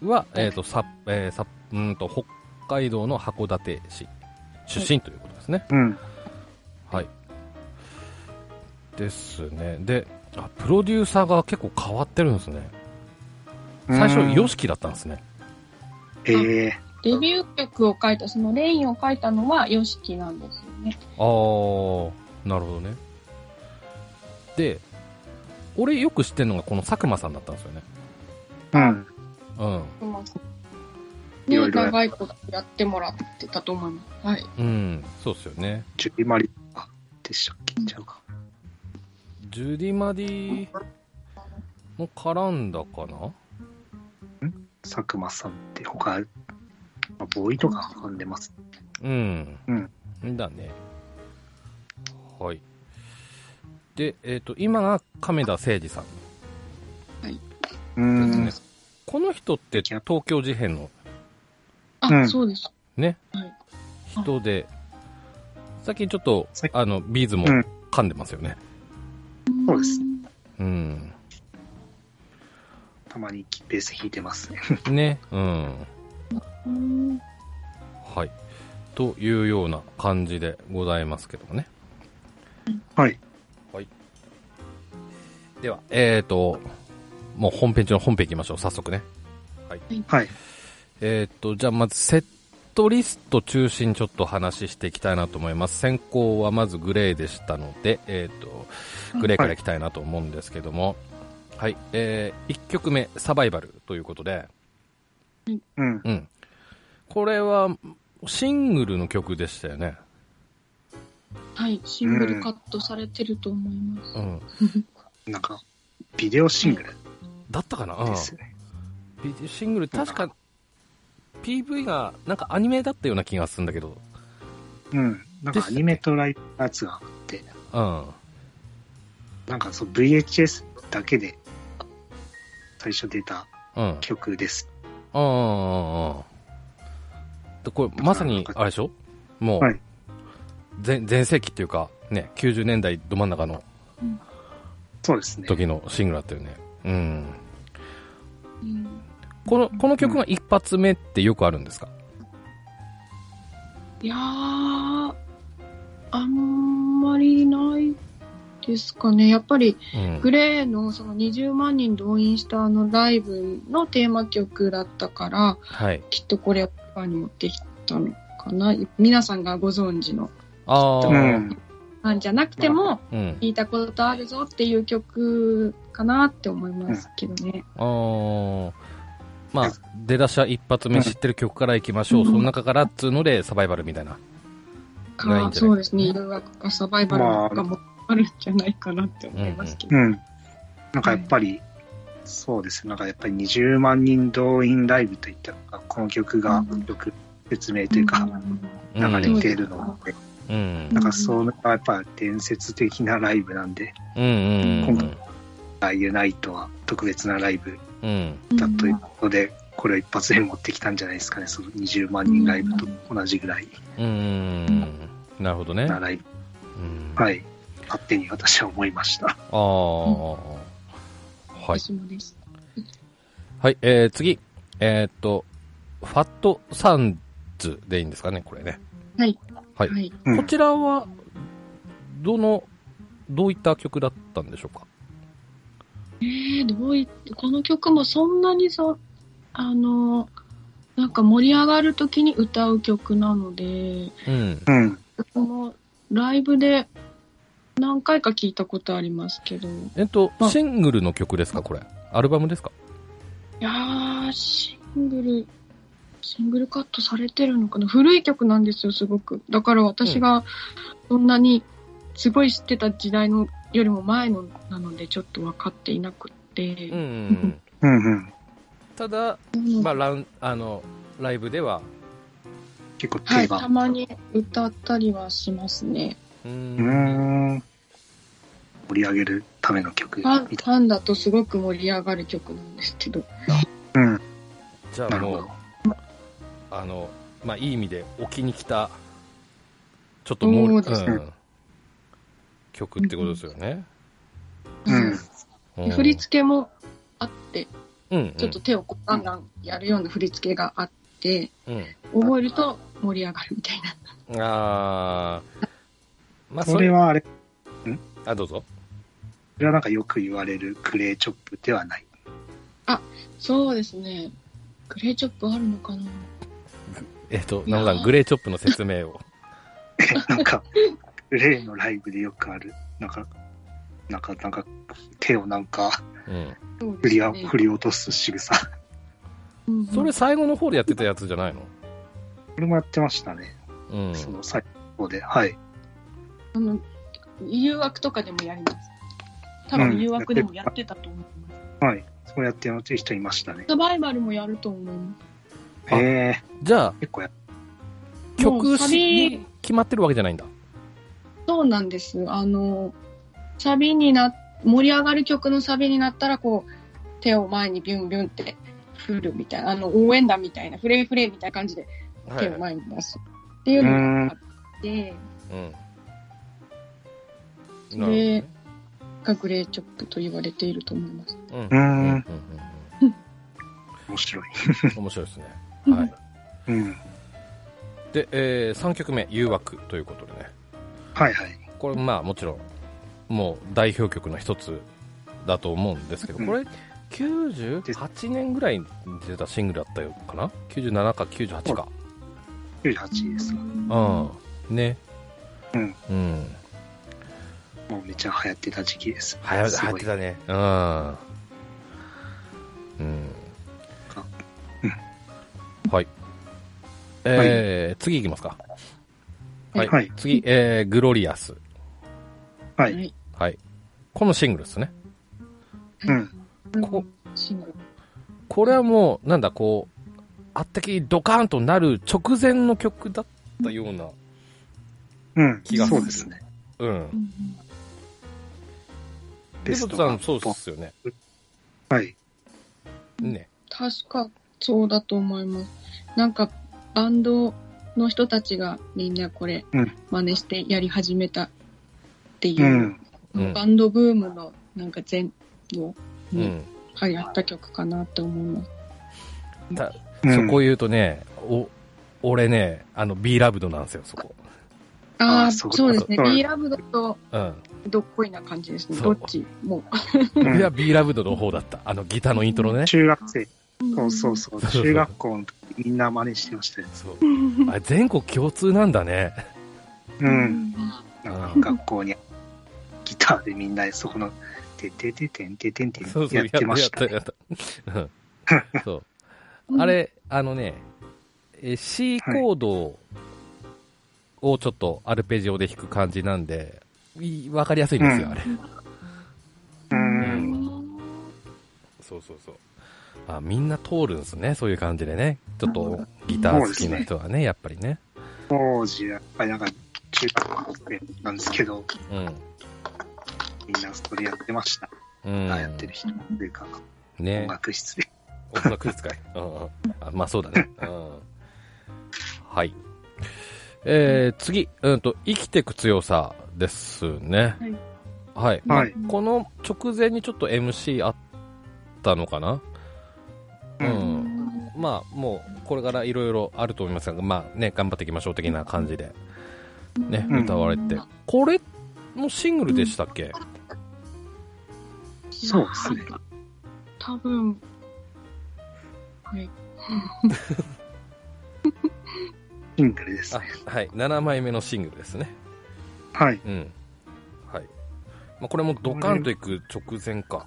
Speaker 1: は、えっ、と、さ、えー、さ、うーんと、北海道の函館市出身ということですね。
Speaker 2: うん。
Speaker 1: はい。ですね。で、あ、プロデューサーが結構変わってるんですね。最初、
Speaker 2: うん
Speaker 1: ヨシキだったんですね。
Speaker 2: えー、
Speaker 3: デビュー曲を書いた、そのレインを書いたのはヨシキなんですよね。
Speaker 1: あー、なるほどね。で、俺よく知ってるのがこの佐久間さんだったんですよね。
Speaker 2: うん。
Speaker 1: うん。
Speaker 3: ね
Speaker 2: いろいろやっ
Speaker 3: 長いことやってもらってたと思います。はい。
Speaker 1: うん、そうですよね。
Speaker 2: ジュリマリあでしたっけちゃうか。
Speaker 1: ジュディ・マディも絡んだかな
Speaker 2: 佐久間さんって他、まあ、ボーイとか噛んでます。
Speaker 1: うん。
Speaker 2: うん
Speaker 1: だね。はい。で、えっ、と、今が亀田誠二さん
Speaker 2: う
Speaker 1: ですね。
Speaker 2: ん。
Speaker 1: この人って東京事変の
Speaker 3: あ、
Speaker 2: うん
Speaker 3: そうです。
Speaker 1: ね、
Speaker 3: はい
Speaker 1: 人で、最近ちょっと
Speaker 2: 最、
Speaker 1: あの、ビーズも
Speaker 2: うん
Speaker 1: 噛んでますよね。
Speaker 2: そうです。
Speaker 1: うん。
Speaker 2: たまにベース弾いてますね。
Speaker 1: ね、うん。
Speaker 3: うん。
Speaker 1: はい。というような感じでございますけどもね。
Speaker 2: はい。
Speaker 1: では、えっ、と、もう本編中の本編行きましょう。早速ね。
Speaker 2: はい。
Speaker 1: えっ、と、じゃあまずセットリスト中心にちょっと話していきたいなと思います。先行はまずグレーでしたので、えっ、と、グレーからいきたいなと思うんですけども、はい、えー、1曲目、サバイバルということで、
Speaker 2: うん。
Speaker 1: うん。これは、シングルの曲でしたよね。
Speaker 3: はい。シングルカットされてると思います。
Speaker 1: うん。
Speaker 2: なんか、ビデオシングル
Speaker 1: だったかな
Speaker 2: ですよね。
Speaker 1: うんビシングル、確か、PV が、なんかアニメだったような気がするんだけど、
Speaker 2: うん。なんかアニメとライブのやつがあって、
Speaker 1: うん。
Speaker 2: なんかそう VHS だけで最初出た
Speaker 1: うん。
Speaker 2: 曲です。
Speaker 1: ああああああでこれ、まさに、あれでしょもう、
Speaker 2: はい
Speaker 1: 全、全盛期っていうか、ね、90年代ど真ん中の
Speaker 2: そうですね。
Speaker 1: 時のシングルだったよね。うん。
Speaker 3: うん
Speaker 1: この、この曲が一発目ってよくあるんですか
Speaker 3: いやー、あんまりないですかね。やっぱり、
Speaker 1: うん
Speaker 3: グ。レーのその20万人動員したあのライブのテーマ曲だったから、
Speaker 1: はい。
Speaker 3: きっとこれをパーに持ってきたのかな。皆さんがご存知の。
Speaker 1: ああ、
Speaker 2: う
Speaker 1: うん。
Speaker 2: ん。
Speaker 3: なんじゃなくても、
Speaker 1: うん。
Speaker 3: 聞いたことあるぞっていう曲かなって思いますけどね。
Speaker 1: ああ。まあ、出だしは一発目知ってる曲からいきましょう。
Speaker 3: うん
Speaker 1: その中からっつうので、サバイバルみたいな。
Speaker 3: か
Speaker 1: ないんじゃない
Speaker 3: そうですね。誘惑かサバイバルとかもあるんじゃないかなって思いますけど。
Speaker 2: うん。なんかやっぱり、そうですね。なんかやっぱり20万人動員ライブといったのが、この曲がよく説明というか、
Speaker 1: う
Speaker 2: 流
Speaker 1: ん。
Speaker 2: れてるので、
Speaker 1: うん。
Speaker 2: なんかそのやっぱ伝説的なライブなんで、
Speaker 1: うん。うん。
Speaker 2: 今回あユナイトは特別なライブ
Speaker 1: うん。
Speaker 2: だということで、これを一発で持ってきたんじゃないですかね、その20万人ライブと同じぐらい
Speaker 1: うん。うん。なるほどね。
Speaker 2: なライブ、
Speaker 1: うん
Speaker 2: はい、勝手に私は思いました。
Speaker 1: ああ、はい。
Speaker 3: 私もです。
Speaker 1: はい、えー、次。えーっと、ファットサンズでいいんですかね、これね。
Speaker 3: はい。
Speaker 1: はい
Speaker 3: い。
Speaker 2: うん
Speaker 1: こちらは、どの、どういった曲だったんでしょうか
Speaker 3: えー、どういこの曲もそんなにそ、あの、なんか盛り上がるときに歌う曲なので、
Speaker 1: うん。
Speaker 2: うん、
Speaker 3: このライブで何回か聞いたことありますけど、い
Speaker 1: えっと、
Speaker 3: あ
Speaker 1: シングルの曲ですか、これ。アルバムですか
Speaker 3: やー、シングル、シングルカットされてるのかな古い曲なんですよ、すごく。だから私がそんなにすごい知ってた時代のよりも前のなので、ちょっと分かっていなくって、
Speaker 1: うんうんうん、
Speaker 2: うんうん。
Speaker 1: ただ、
Speaker 3: うん
Speaker 1: まあ、ラウンあのライブでは
Speaker 2: 結構
Speaker 3: は
Speaker 2: 定
Speaker 3: い、た
Speaker 2: 番。
Speaker 3: まに歌ったりはしますね。
Speaker 1: うー
Speaker 2: うー
Speaker 1: ん
Speaker 2: ん。盛り上げるための曲
Speaker 3: ファン
Speaker 2: み
Speaker 3: フ
Speaker 2: たい
Speaker 3: ァンだとすごく盛り上がる曲なんですけど。
Speaker 2: な。うん。
Speaker 1: じゃあ
Speaker 2: なるほ
Speaker 1: もう
Speaker 2: ど。
Speaker 1: あの、まあ、いい意味で置きに来たちょっともう、
Speaker 3: そうです
Speaker 2: ね
Speaker 1: うん曲ってことですよね、
Speaker 2: うん。
Speaker 1: うん
Speaker 3: 振り付けもあって、
Speaker 1: うんうん
Speaker 3: ちょっと手をこうガンガンやるような振り付けがあって、
Speaker 1: うん
Speaker 3: 覚えると盛り上がるみたいな。
Speaker 1: あーまあ
Speaker 2: それはあれ、そ
Speaker 1: あどうぞ
Speaker 2: れはなんかよく言われるクレーチョップではない。
Speaker 3: そうですね。グレーチョップあるのかな
Speaker 1: えっ、とナオさんグレーチョップの説明を
Speaker 2: なんか、例のライブでよくある、なんか、なんか、なんか、手をなんか、
Speaker 1: うん
Speaker 3: そう
Speaker 2: 振
Speaker 3: で
Speaker 2: り
Speaker 3: す
Speaker 2: あ
Speaker 3: ね
Speaker 2: 振り落とす仕草。こ
Speaker 3: うん
Speaker 1: それ最後の方でやってたやつじゃないの
Speaker 2: れもやってましたね。
Speaker 1: うん
Speaker 2: その最後で。はい。
Speaker 3: あの、誘惑とかでもやります。多
Speaker 2: う
Speaker 3: 分
Speaker 2: ん
Speaker 3: 誘惑でもやってたと思います。
Speaker 2: はい。そうやってやってる人いましたね。
Speaker 3: サバイバルもやると思いま
Speaker 1: あ
Speaker 2: へえ
Speaker 1: じゃあ
Speaker 2: 結構やっ
Speaker 3: す。もう
Speaker 1: 曲
Speaker 3: サ
Speaker 1: し
Speaker 3: ビ、
Speaker 1: 決まってるわけじゃないんだ
Speaker 3: そうなんです。あの、サビにな、盛り上がる曲のサビになったら、こう、手を前にビュンビュンって振るみたいな、あの、応援団みたいな、フレーフレーみたいな感じで手を前に出す。っていう
Speaker 2: うー
Speaker 3: のが
Speaker 2: ん。
Speaker 3: あって、
Speaker 1: うん。なるほ
Speaker 3: で
Speaker 1: どね
Speaker 3: がグレーチョップと言われていると思います。
Speaker 1: うん
Speaker 2: う
Speaker 1: うんうん
Speaker 2: ん。
Speaker 1: う
Speaker 2: 面白い。
Speaker 1: ん面白いですね。はい。
Speaker 2: うん。
Speaker 1: で、え3曲目、誘惑ということでね。
Speaker 2: はいはい。
Speaker 1: これ、まあもちろん、もう代表曲の一つだと思うんですけど、これ、98年ぐらいに出たシングルだったよかな ?97 か98か。
Speaker 2: 98ですわ。
Speaker 1: うん。ね。
Speaker 2: うん。
Speaker 1: うん。
Speaker 2: もうめちゃ流行ってた時期です。
Speaker 1: はや、流
Speaker 2: す
Speaker 1: 行
Speaker 2: ご
Speaker 1: っ
Speaker 2: い
Speaker 1: てたね。うん。うん。はい。えー、次いきますか。はい。
Speaker 2: はい
Speaker 1: 次、えー、グロリアス。
Speaker 2: は。
Speaker 3: はいい。
Speaker 1: はい。このシングルですね。
Speaker 2: うん。
Speaker 1: こ
Speaker 3: シングル
Speaker 1: これはもう、なんだ、こう、あったきりドカーンとなる直前の曲だったような。
Speaker 2: うん。
Speaker 1: 気がす
Speaker 2: そ
Speaker 1: る
Speaker 2: うですね。
Speaker 1: うん。
Speaker 2: ベ
Speaker 1: ペ
Speaker 2: ス
Speaker 1: ソ
Speaker 2: ト
Speaker 1: さ
Speaker 2: が
Speaker 1: ん、そうっすよね。
Speaker 2: はい。
Speaker 1: ね。
Speaker 3: 確かそうだと思います。なんかバンドの人たちがみんなこれ
Speaker 2: うん
Speaker 3: 真似してやり始めたっていうう、
Speaker 2: ん。
Speaker 1: うん
Speaker 3: バンドブームのなんか前後
Speaker 1: う
Speaker 3: に
Speaker 1: ん。
Speaker 3: 流行った曲かなって思います。
Speaker 1: た
Speaker 2: うん
Speaker 1: そこ言うとね、お、俺ね、あの、B ラブドなんですよ、そこ。
Speaker 3: あ
Speaker 2: あ
Speaker 3: あ、
Speaker 2: ー
Speaker 3: そ
Speaker 2: そう
Speaker 3: うですね。
Speaker 2: そう
Speaker 3: B ラブだと
Speaker 1: うん。
Speaker 3: どっこいな感じですね。
Speaker 1: そ
Speaker 3: ど
Speaker 1: う
Speaker 3: っちも。
Speaker 2: うん
Speaker 1: 俺は B ラブドの方だった。あの、ギターのイントロね。
Speaker 2: 中学生。そうそう
Speaker 3: そ
Speaker 2: そう。中学校の時みんな真似してましたよ。
Speaker 1: そう。あれ全国共通なんだね。
Speaker 2: うん。。
Speaker 1: うん
Speaker 2: なんか学校にギターでみんなそこの、ててててんててんてん
Speaker 1: そうそう、
Speaker 2: やってましたね
Speaker 1: や。った、やった。うんそう。あれ、あのね、えー C
Speaker 2: はい
Speaker 1: コードをちょっとアルペジオで弾く感じなんで、いわかりやすいんですよ、
Speaker 2: うん
Speaker 1: あれ。
Speaker 2: う。
Speaker 1: うんそうそうそう。あ、みんな通るんですね、そういう感じでね。ちょっとギター好きな人はね、やっぱりね。
Speaker 2: 当時、やっぱりなんか中学校生なんですけど、
Speaker 1: うん。
Speaker 2: みんなそれやってました。
Speaker 1: うん。
Speaker 2: やってる人というか、音
Speaker 1: ね。
Speaker 2: 楽室で。
Speaker 1: 音楽 使い。うんうん。あまあそうだね。うん。はい。えー、次、うんと、生きてく強さですね。はい。
Speaker 2: はい
Speaker 1: まあこの直前にちょっと MC あったのかなう
Speaker 2: うん
Speaker 1: ん。まあ、もう、これからいろいろあると思いますが、まあね、頑張っていきましょう的な感じで、ね、
Speaker 2: うん
Speaker 1: 歌われて。これもシングルでしたっけ
Speaker 2: そうですね。
Speaker 3: 多分、はい。
Speaker 2: シングルです
Speaker 1: あ
Speaker 2: ね。、
Speaker 1: はい。7枚目のシングルですね。
Speaker 2: はい。
Speaker 1: うん。はい。まあ、これもドカンといく直前か。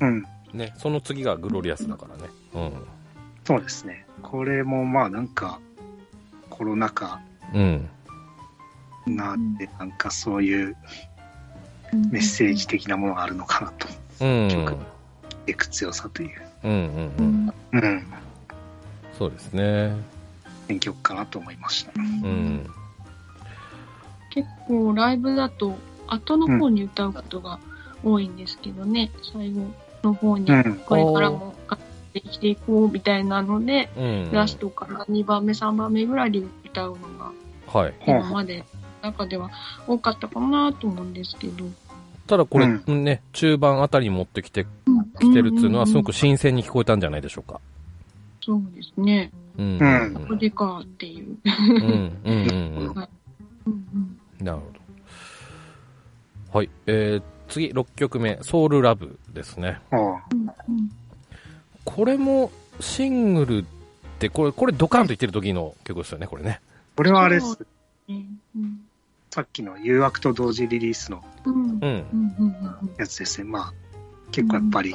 Speaker 2: うん。
Speaker 1: ね、その次がグロリアスだからね。う
Speaker 2: そうですね。これもまあなんか、コロナ禍
Speaker 1: ん。うん。
Speaker 2: なんで、なんかそういうメッセージ的なものがあるのかなと。
Speaker 1: うん。
Speaker 2: 曲ていく強さという、
Speaker 1: うんうんうん。
Speaker 2: うん、
Speaker 1: そうですね。
Speaker 2: 選曲かなと思いました。
Speaker 1: うん。
Speaker 3: 結構ライブだと後の方に歌うことが多いんですけどね、最後の方に
Speaker 2: うん
Speaker 3: これからも頑張って生きていこうみたいなので、
Speaker 1: うん。
Speaker 3: ラストから2番目3番目ぐらいで歌うのが
Speaker 1: はい。
Speaker 3: 今まで中では多かったかなと思うんですけど。
Speaker 1: ただこれ、
Speaker 2: う
Speaker 1: ね、中盤あたりに持ってきて
Speaker 3: 来
Speaker 1: きてるっていうのはすご
Speaker 3: く。
Speaker 1: く新鮮に聞こえたんじゃないでしょうか。
Speaker 3: そうですね。
Speaker 1: うん。
Speaker 2: う
Speaker 1: うん
Speaker 2: ん
Speaker 3: これかっていう。
Speaker 1: うんうんうん
Speaker 3: うん
Speaker 1: うん。なるほど。はい。えー、次、6曲目、ソウルラブですね。
Speaker 2: ああ
Speaker 3: うん
Speaker 1: これもシングルって、これ、これドカンと言ってる時の曲ですよね、これね。
Speaker 2: これはあれです
Speaker 3: そう。うんうん
Speaker 2: さっきの誘惑と同時リリースの
Speaker 3: うん
Speaker 1: うん。
Speaker 3: うんうんうん
Speaker 2: やつですね。まあ、結構やっぱり、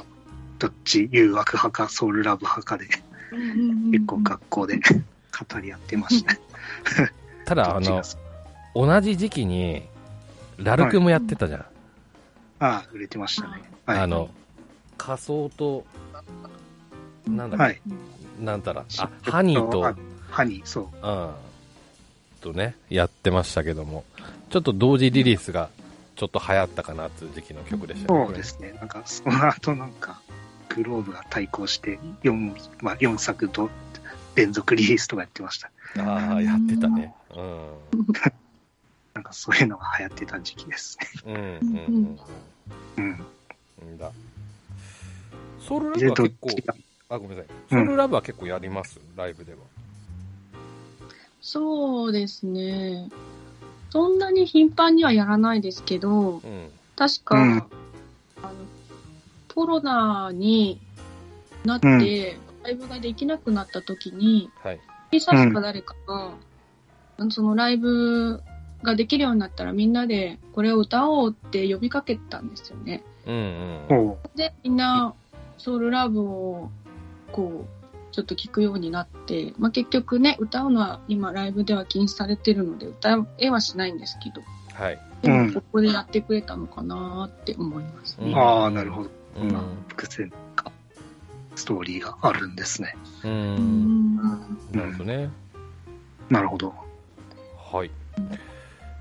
Speaker 2: どっち誘惑派かソウルラブ派かで、
Speaker 3: うん
Speaker 2: 結構学校で語り合ってましたね。
Speaker 1: ただ、あ
Speaker 2: どっちが
Speaker 1: の、
Speaker 2: 好き
Speaker 1: 同じ時期に、ラルクもやってたじゃん。
Speaker 2: ああ、売れてましたね。はい。
Speaker 1: あの、仮想と、なんだっけ、
Speaker 2: はい。
Speaker 1: なんたら、あ、ハニーと、
Speaker 2: あハニー、そう。
Speaker 1: うん。とね、やってましたけども、ちょっと同時リリースが、ちょっと流行ったかなっていう時期の曲でしたね。
Speaker 2: そうですね。なんか、その後なんか、グローブが対抗して4、まあ、4作と連続リリースとかやってました。
Speaker 1: これねああ、やってたね。うん。
Speaker 2: なんかそういうのが流行ってた時期ですね。
Speaker 1: うん、うん、
Speaker 2: うん。
Speaker 1: うん。んだ。ソウルラブ
Speaker 2: で、
Speaker 1: は
Speaker 2: どっ
Speaker 1: 結構
Speaker 2: ち、が、
Speaker 1: あ、ごめんなさい。
Speaker 2: う
Speaker 1: ソ
Speaker 2: ん
Speaker 1: ウルラブは結構やります、ライブでは。
Speaker 3: そうですね。そんなに頻繁にはやらないですけ
Speaker 1: う
Speaker 3: ど、
Speaker 1: ん。
Speaker 3: 確か、
Speaker 2: うん
Speaker 3: あのコロナになって、
Speaker 2: うん
Speaker 3: ライブができなくなった時に、
Speaker 1: はい。
Speaker 3: 小さしか誰かが、そのライブができるようになったらみんなでこれを歌おうって呼びかけたんですよね。
Speaker 1: うん、うん。
Speaker 2: おう
Speaker 3: で、みんな、ソウルラブを、こう、ちょっと聞くようになって、まあ、結局ね、歌うのは今ライブでは禁止されてるので、歌えはしないんですけど、
Speaker 1: はい。
Speaker 3: で
Speaker 2: う
Speaker 3: も
Speaker 2: ん
Speaker 3: ここでやってくれたのかなって思いますね。
Speaker 2: ああ、なるほど。
Speaker 1: うん。
Speaker 2: 伏線か、ストーリーがあるんですね。
Speaker 1: う。
Speaker 3: うんん
Speaker 1: なるほどね。
Speaker 2: なるほど。
Speaker 1: はい。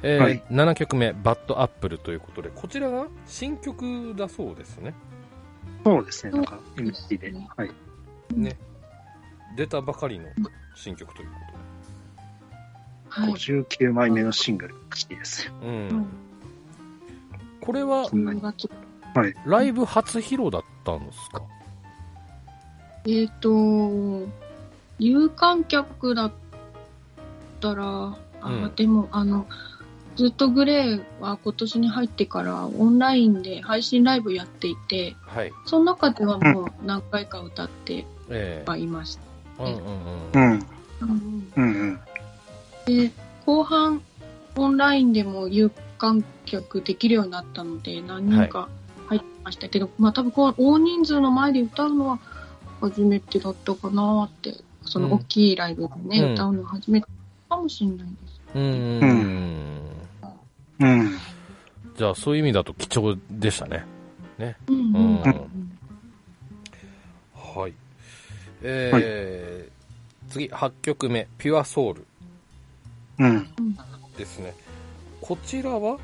Speaker 1: えー
Speaker 2: はい
Speaker 1: 7曲目、バッドアップルということで、こちらが新曲だそうですね。
Speaker 2: そうですね。なんか、
Speaker 3: う
Speaker 2: MC で。はい。
Speaker 1: ね。出たばかりの新曲というこ
Speaker 3: はい。
Speaker 2: 59枚目のシングルらしいです。
Speaker 1: とで。うん。これは
Speaker 2: そんなに
Speaker 3: 10。月
Speaker 1: ライブ初披露だったんですか
Speaker 3: えっ、と、有観客だったら、あ
Speaker 1: うん
Speaker 3: でも、あの、ずっとグレーは今年に入ってからオンラインで配信ライブやっていて、
Speaker 1: はい。
Speaker 3: その中ではもう何回か歌って
Speaker 1: ええ
Speaker 3: はいました。
Speaker 1: うんうん
Speaker 2: う
Speaker 1: うん。
Speaker 2: ん。うんうん。
Speaker 3: 後半、オンラインでも有観客できるようになったので、何人か入ってましたけど、まあ多分こう大人数の前で歌うのは初めてだったかなって、その大きいライブでね、
Speaker 1: うん
Speaker 3: 歌うの初めてかもしれないです。
Speaker 1: うんうんうん。
Speaker 2: うん。
Speaker 1: じゃあ、そういう意味だと貴重でしたね。
Speaker 3: うんうん
Speaker 1: う
Speaker 3: うんん。
Speaker 1: はい。えー、次、8曲目、ピュアソウル。
Speaker 2: うん。
Speaker 1: ですね。こちらは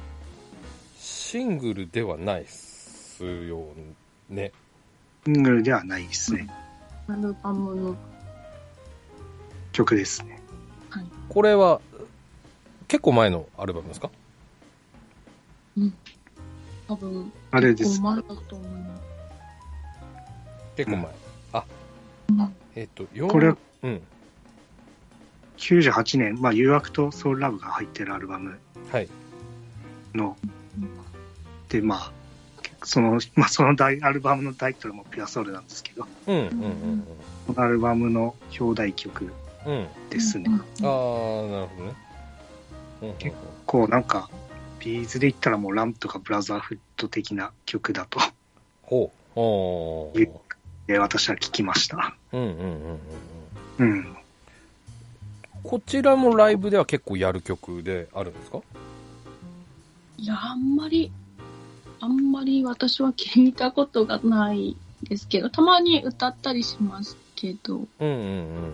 Speaker 1: シングルではないっすよね。
Speaker 2: シングルではないですね。
Speaker 3: アルバムの、
Speaker 2: 曲ですね。
Speaker 1: これは結構前のアルバムですか
Speaker 3: 多分、
Speaker 2: あれで
Speaker 3: 5
Speaker 2: す。
Speaker 3: 万だと思います。
Speaker 1: 結構前。あ
Speaker 3: うん、
Speaker 1: えっ、と、4
Speaker 2: これは
Speaker 1: うん。
Speaker 2: 98年、まあ、誘惑とソウルラブが入ってるアルバム
Speaker 1: はい。
Speaker 2: の、で、まあ、その、まあ、その大アルバムのタイトルもピュアソウルなんですけど、
Speaker 1: うん、うん、うん
Speaker 2: このアルバムの表題曲
Speaker 1: うん。うん。
Speaker 2: ですね。
Speaker 1: あー、なるほどね。うんうんうん
Speaker 2: 結こう、なんか、ビーズで言ったらもうランプとかブラザーフッド的な曲だと、
Speaker 1: ほう。ほう。
Speaker 2: ゆえ私は聞きました。
Speaker 1: うん、うん、うんうんうん。
Speaker 2: うん。
Speaker 1: こちらもライブでは結構やる曲であるんですか
Speaker 3: いや、あんまり、あんまり私は聞いたことがないですけど、たまに歌ったりしますけど、
Speaker 1: うんうんうん
Speaker 2: う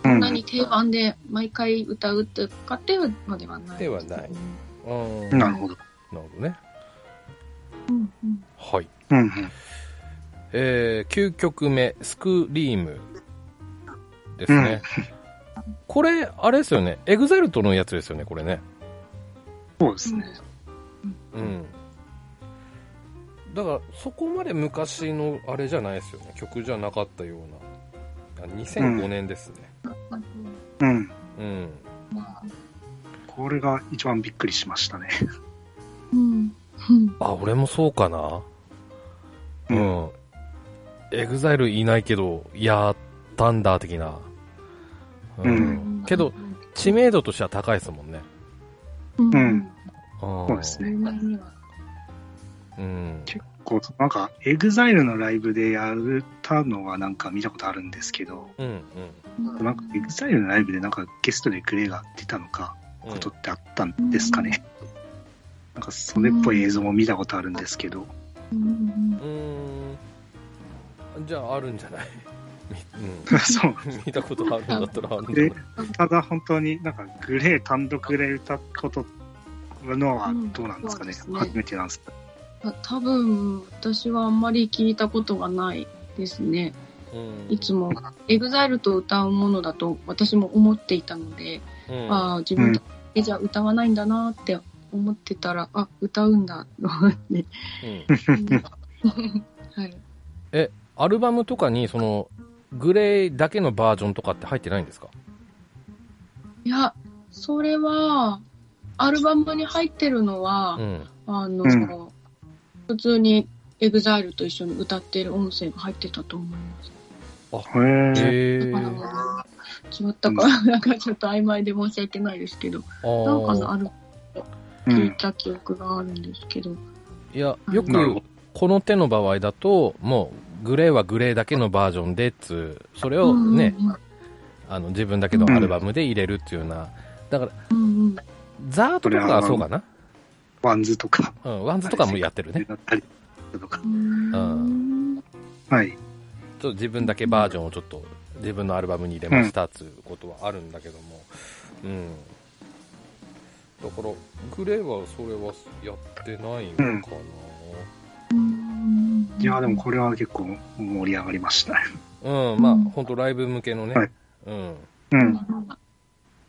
Speaker 3: そん
Speaker 2: ん
Speaker 3: なに定番で毎回歌うとかっていうのではないすね
Speaker 1: ではないうん。あー
Speaker 2: な
Speaker 1: な
Speaker 2: るほど。
Speaker 1: るほどね。
Speaker 3: うんうん
Speaker 1: はい。
Speaker 2: うんうん。
Speaker 1: えー、9曲目、スクリームですね。これ、あれですよね。エグザイルトのやつですよね、これね。
Speaker 2: そうです
Speaker 3: そ
Speaker 2: ね
Speaker 3: う。です
Speaker 1: うん。だから、そこまで昔のあれじゃないですよね。曲じゃなかったような。あ2005年ですね。
Speaker 2: うん。
Speaker 1: うん。
Speaker 3: まあ
Speaker 2: これが一番びっくりしましたね。
Speaker 3: うんうん
Speaker 1: あ、俺もそうかな。うん。エグザイルいないけど、やったんだ、的な。う。
Speaker 2: うん
Speaker 1: けど、、知名度としては高いですもんね。
Speaker 3: うん
Speaker 2: うん
Speaker 1: うん。
Speaker 2: そうですね
Speaker 3: 有名には
Speaker 1: うん。
Speaker 2: こう、なんか、エグザイルのライブでやったのはなんか見たことあるんですけど、
Speaker 1: うん。うん。
Speaker 2: なんか、エグザイルのライブでなんかゲストでグレーが出たのか、
Speaker 1: うん
Speaker 2: ことってあったんですかね。なんか、それっぽい映像も見たことあるんですけど、
Speaker 3: うんうん
Speaker 1: うーん。じゃあ、あるんじゃない
Speaker 2: そう。
Speaker 1: うん。見たことあるんだったらあるんだ
Speaker 2: で
Speaker 1: ろう。
Speaker 2: ただ本当になんかグレー単独で歌うことのはどうなんですかね、
Speaker 3: うん
Speaker 2: 初めてなんですか
Speaker 3: た多分私はあんまり聞いたことがないですね
Speaker 1: うん
Speaker 3: いつも EXILE と歌うものだと私も思っていたので、
Speaker 1: うん
Speaker 3: ああ自分だけじゃ歌わないんだなって思ってたらあ歌うんだと思って、
Speaker 1: うん
Speaker 3: はい、
Speaker 1: アルバムとかに、その、グレイだけのバージョンとかって入ってないんですか
Speaker 3: いやそれはアルバムに入ってるのは、
Speaker 1: うん。
Speaker 3: あの、
Speaker 2: うん
Speaker 3: 普通に EXILE と一緒に歌ってる音声が入ってたと思います。
Speaker 2: へー
Speaker 1: へ
Speaker 3: だから
Speaker 1: ー。
Speaker 3: 違ったか、なんかちょっと曖昧で申し訳ないですけど、
Speaker 1: あ
Speaker 3: なんかの
Speaker 1: ー
Speaker 3: ある
Speaker 2: う
Speaker 3: 聞い
Speaker 2: ん
Speaker 3: た記憶があるんですけど、
Speaker 1: いや、
Speaker 3: うん
Speaker 1: よ
Speaker 2: なるほ
Speaker 1: く、この手の場合だと、もう、グレーはグレーだけのバージョンでっつう、それを
Speaker 3: うん
Speaker 1: ね、あの、自分だけのアルバムで入れるっていうような、だから、
Speaker 3: うんうん、
Speaker 1: ザートとかはそうかな。
Speaker 2: どワンズとか
Speaker 1: うん、ワンズとかもやってるね。
Speaker 2: だったりとか
Speaker 3: うんうん
Speaker 2: はい
Speaker 1: ちょっと自分だけバージョンをちょっと自分のアルバムに入れましたっつうことはあるんだけども、うん。だから、グレーはそれはやってないのかな。
Speaker 2: うん
Speaker 3: うん
Speaker 2: いやでもこれは結構盛り上がりましたね
Speaker 1: うん、
Speaker 3: うん
Speaker 1: まあ、ほんとライブ向けのね、
Speaker 2: はい
Speaker 1: うん、
Speaker 2: うん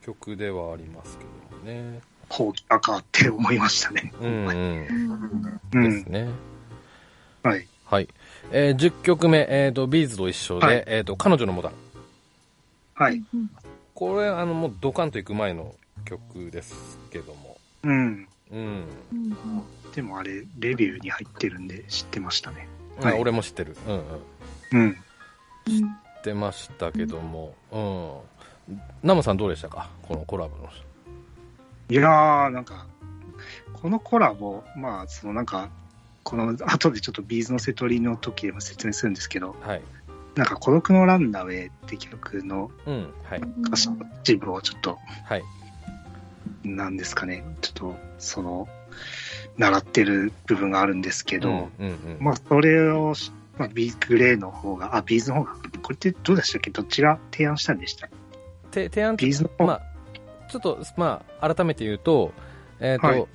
Speaker 1: 曲ではありますけどね。
Speaker 2: こう来たかって思いましたね
Speaker 1: うん、
Speaker 3: う
Speaker 1: うん
Speaker 2: う
Speaker 1: です
Speaker 2: ん
Speaker 1: ね。
Speaker 2: はい
Speaker 1: はい。えー10曲目、えっ、と、ビーズと一緒で、
Speaker 2: はい
Speaker 1: えっ、と、彼女のモダン。
Speaker 2: はい
Speaker 1: これ、あの、もうドカンと行く前の曲ですけども。
Speaker 2: うん
Speaker 1: うん。
Speaker 3: うん
Speaker 2: でもあれレビューに入ってるんで知ってましたね
Speaker 1: うん
Speaker 2: はい
Speaker 1: 俺も知ってる。うんうん。
Speaker 2: うん
Speaker 1: 知ってましたけども、うん。ナムさんどうでしたかこのコラボの。
Speaker 2: いやーなんかこのコラボまあそのなんかこの後でちょっとビーズの瀬取りの時でも説明するんですけど
Speaker 1: はい。
Speaker 2: なんか孤独のランナウェイって曲の
Speaker 1: うん。はい。
Speaker 2: 歌詞の一部をちょっと、
Speaker 1: はい。
Speaker 2: なんですかね、ちょっとその、習ってる部分があるんですけど、
Speaker 1: うんうん。
Speaker 2: まあそれを、まあ、ビーグレーの方が、あ、ビーズの方が、これってどうでしたっけどっちが提案したんでした
Speaker 1: て提案
Speaker 2: ビーズの方、
Speaker 1: まあ、ちょっと、まあ、改めて言うと、えっ、と、
Speaker 2: はい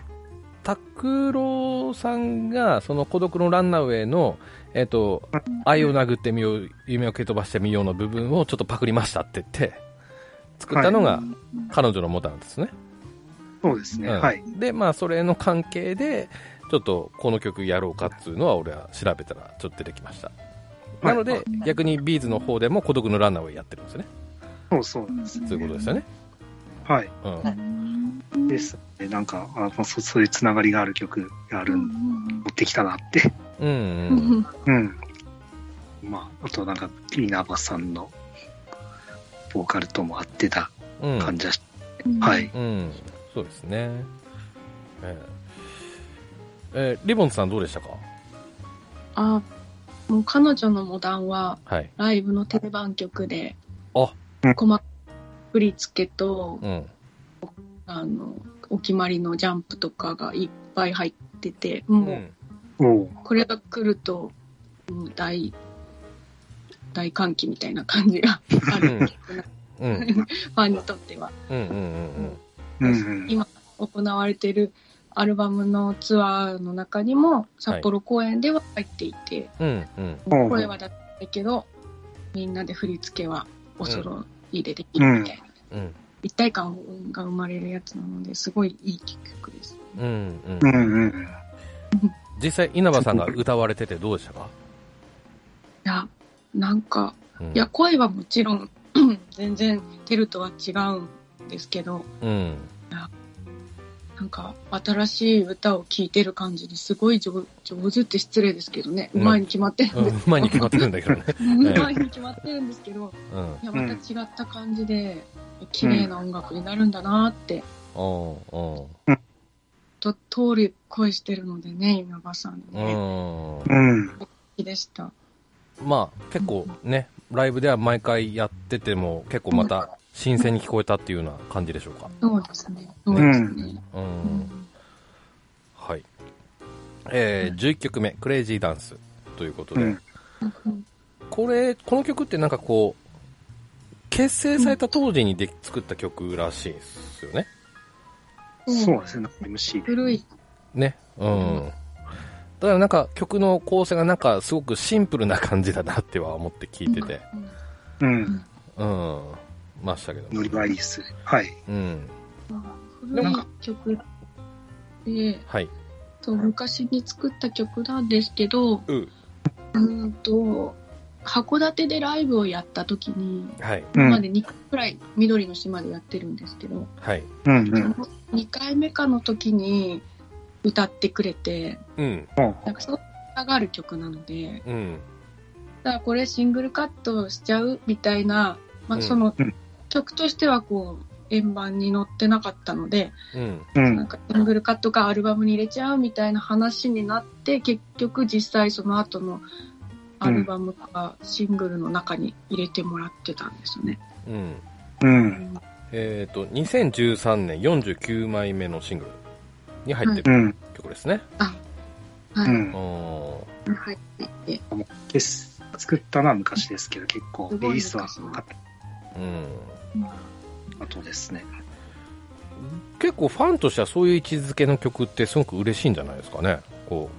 Speaker 1: 拓郎さんが、その孤独のランナウェイの、えっ、と、愛を殴ってみよう、夢を蹴飛ばしてみようの部分をちょっとパクりましたって言って、作ったのが彼女のモダンですね。
Speaker 2: そうですね、
Speaker 1: うん
Speaker 2: はい。
Speaker 1: で、まあ、それの関係で、ちょっとこの曲やろうかっていうのは、俺は調べたらちょっと出てきました。
Speaker 2: い
Speaker 1: なので、逆にビーズの方でも孤独のランナーをやってるんですよね。
Speaker 2: そうそうなんです。
Speaker 1: そういうことですよね。
Speaker 2: はい。
Speaker 1: うん。
Speaker 2: ですでなんかあまあそ、そういうつながりがある曲があるん、持ってきたなって。
Speaker 1: うん、う
Speaker 3: う
Speaker 1: ん。
Speaker 3: ん
Speaker 2: うん。まあ、あとなんか、稲葉さんの、ボーカルとも合ってた
Speaker 1: うん。
Speaker 2: 感じだし、
Speaker 3: うん
Speaker 2: はい。
Speaker 1: うん。そうですね。えええーリボンズさんどうでしたか
Speaker 3: あもう彼女のモダンは
Speaker 1: はい。
Speaker 3: ライブの定番曲で
Speaker 1: あ
Speaker 3: 細かい振り付けと
Speaker 1: うん。
Speaker 3: あのお決まりのジャンプとかがいっぱい入ってて
Speaker 1: う
Speaker 3: も
Speaker 1: ん。
Speaker 2: おう
Speaker 3: うこれが来ると、うん、大大歓喜みたいな感じがあ
Speaker 1: う
Speaker 3: る
Speaker 1: ん。うん。
Speaker 3: ファンにとっては
Speaker 1: うん。うん。うん。
Speaker 2: うんうん
Speaker 3: 今行われてるアルバムのツアーの中にも札幌公演では入っていて、
Speaker 1: うん。うん。
Speaker 2: うん
Speaker 3: 声は出さないけどみんなで振り付けはお揃いでできるみたいな、
Speaker 1: うん。
Speaker 3: 一体感が生まれるやつなのですごいいい曲です。
Speaker 1: うん。
Speaker 2: う
Speaker 1: うんん。
Speaker 2: うん
Speaker 1: 実際、稲葉さんが歌われててどうでしたか
Speaker 3: いやなんか
Speaker 1: うん
Speaker 3: いや、声はもちろん、 全然、テルとは違うんですけど、
Speaker 1: うん。
Speaker 3: なんか、新しい歌を聴いてる感じですごい上上手って失礼ですけどね、
Speaker 1: うん
Speaker 3: うまいに決まって
Speaker 1: う
Speaker 3: るん
Speaker 1: ん
Speaker 3: で
Speaker 1: うまいに決まってるんだけどね。
Speaker 3: す、うまいに決まってるんですけど、
Speaker 1: うん。
Speaker 3: いや、また違った感じで、綺麗な音楽になるんだなって、
Speaker 1: おうお
Speaker 3: と、通り声してるのでね、稲葉さん
Speaker 1: う
Speaker 3: ね、好
Speaker 1: ん。
Speaker 2: うん
Speaker 3: きでした。
Speaker 1: まあ、結構ね、ライブでは毎回やってても、結構また新鮮に聞こえたっていうような感じでしょうか。
Speaker 3: そうですね、そうですね。
Speaker 1: う。
Speaker 3: うんん
Speaker 1: はい。えー、11曲目、クレイジーダンスということ
Speaker 2: う
Speaker 1: で、
Speaker 2: ん
Speaker 3: うん
Speaker 1: これ、この曲ってなんかこう、結成された当時にで作った曲らしいですよね。
Speaker 2: そうですねなんか MC で
Speaker 3: 古い。
Speaker 1: ね。うん。だからなんか曲の構成がなんかすごくシンプルな感じだなっては思って聞いてて、
Speaker 3: うん
Speaker 2: う
Speaker 1: う
Speaker 2: ん
Speaker 1: ん、ましたけど
Speaker 2: ノ
Speaker 1: も
Speaker 2: リ。はいいっすねはい
Speaker 1: うん。
Speaker 3: 古い曲で、
Speaker 1: はい。
Speaker 3: そう昔に作った曲なんですけど、う
Speaker 1: うん。
Speaker 3: ーんと、函館でライブをやった時に、
Speaker 1: はい。
Speaker 2: う
Speaker 3: 今
Speaker 2: ん
Speaker 3: まで2回くらい緑の島でやってるんですけど、
Speaker 1: はい。
Speaker 2: うんう
Speaker 3: そ
Speaker 2: ん
Speaker 3: の2回目かの時に歌ってくれて、
Speaker 1: うん。
Speaker 3: なんかすごく上がる曲なので、
Speaker 1: うん。
Speaker 3: だからこれシングルカットしちゃうみたいな、ま
Speaker 1: うん
Speaker 3: あ、その
Speaker 2: うん
Speaker 3: 曲としてはこう、円盤に乗ってなかったので、
Speaker 1: うん。
Speaker 2: う
Speaker 3: なん
Speaker 2: ん
Speaker 3: かシングルカットかアルバムに入れちゃうみたいな話になって結局実際その後のアルバムとかシングルの中に入れてもらってたんですよね。
Speaker 1: うん。
Speaker 2: うん
Speaker 1: えっ、と、2013年49枚目のシングルに入って
Speaker 2: う
Speaker 1: る
Speaker 2: ん
Speaker 1: 曲ですね。
Speaker 3: は
Speaker 2: う
Speaker 3: い。
Speaker 2: ん
Speaker 1: うん。
Speaker 3: 入っていて。
Speaker 2: です作ったのは昔ですけど結構
Speaker 3: すごい
Speaker 2: リリースは
Speaker 3: 昔の
Speaker 1: うん。
Speaker 2: あとですね
Speaker 1: 結構ファンとしてはそういう位置づけの曲ってすごく嬉しいんじゃないですかね。こ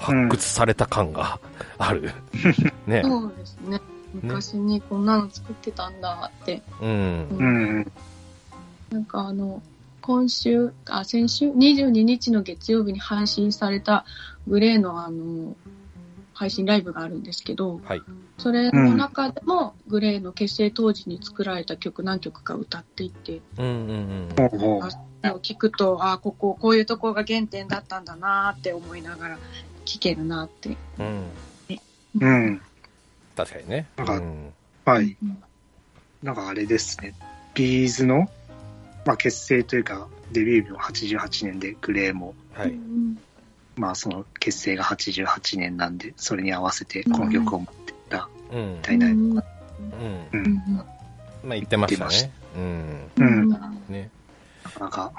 Speaker 1: う、発掘された感があ る。ね。
Speaker 3: そうですね。昔にこんなの作ってたんだって。
Speaker 1: うん。
Speaker 2: うん
Speaker 3: なんかあの、今週、あ、先週、22日の月曜日に配信されたグレーのあの、配信ライブがあるんですけど、
Speaker 1: はい
Speaker 3: それの中でも、グレーの結成当時に作られた曲何曲か歌っていて、
Speaker 1: うんうん
Speaker 2: ほうほう
Speaker 3: 聞くと、あここ、こういうとこが原点だったんだなーって思いながら聞けるなって。
Speaker 1: うん。うん。
Speaker 2: うん
Speaker 1: 確かにね。
Speaker 2: なんか
Speaker 1: うん。
Speaker 2: はい
Speaker 3: うん
Speaker 2: なんかあれですね、ビーズの、まあ、結成というか、デビュー日も88年で、グレーも、
Speaker 1: は
Speaker 3: う
Speaker 1: い。
Speaker 3: ん
Speaker 2: まあその結成が88年なんで、それに合わせてこの曲を持ってた
Speaker 1: うん
Speaker 2: み。たいな。うん。
Speaker 1: うん。
Speaker 3: うん
Speaker 1: まあ言ってました
Speaker 2: 言ってまし
Speaker 1: ね。うん。
Speaker 3: うん
Speaker 2: な
Speaker 1: ね。
Speaker 2: かなか、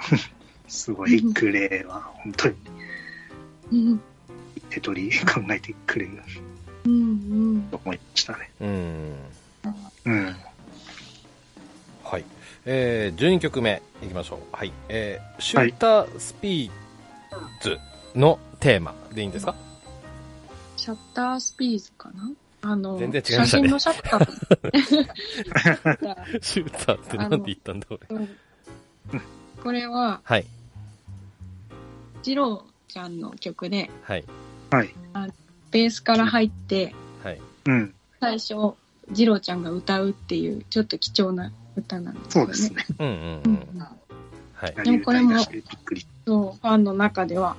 Speaker 2: すごい、グレーは本当に
Speaker 3: うん
Speaker 2: 手取り考えてくれる
Speaker 3: うんうん
Speaker 2: と思いましたね。
Speaker 1: うん。
Speaker 2: うん。
Speaker 1: はい。えー、12曲目いきましょう。はい。えー、シュータースピーツのテーマでいいんですか
Speaker 3: シャッタースピーズかなあの、
Speaker 1: 全然違いました
Speaker 3: 写真
Speaker 1: ね
Speaker 3: のシャッタ ー。
Speaker 1: シューターってなんて言ったんだ俺。
Speaker 3: うんこれは、
Speaker 1: はい。
Speaker 3: ジローちゃんの曲で、
Speaker 1: はい。
Speaker 2: はい。
Speaker 3: ベースから入って、
Speaker 1: はい。
Speaker 2: うん。
Speaker 3: 最初、ジローちゃんが歌うっていう、ちょっと貴重な歌なんです
Speaker 2: そ
Speaker 3: よ
Speaker 2: うですね。
Speaker 1: うんうん
Speaker 3: う
Speaker 1: うんん。はい。
Speaker 3: でもこれも
Speaker 2: 何を歌い出してびっくり。
Speaker 3: そう、ファンの中では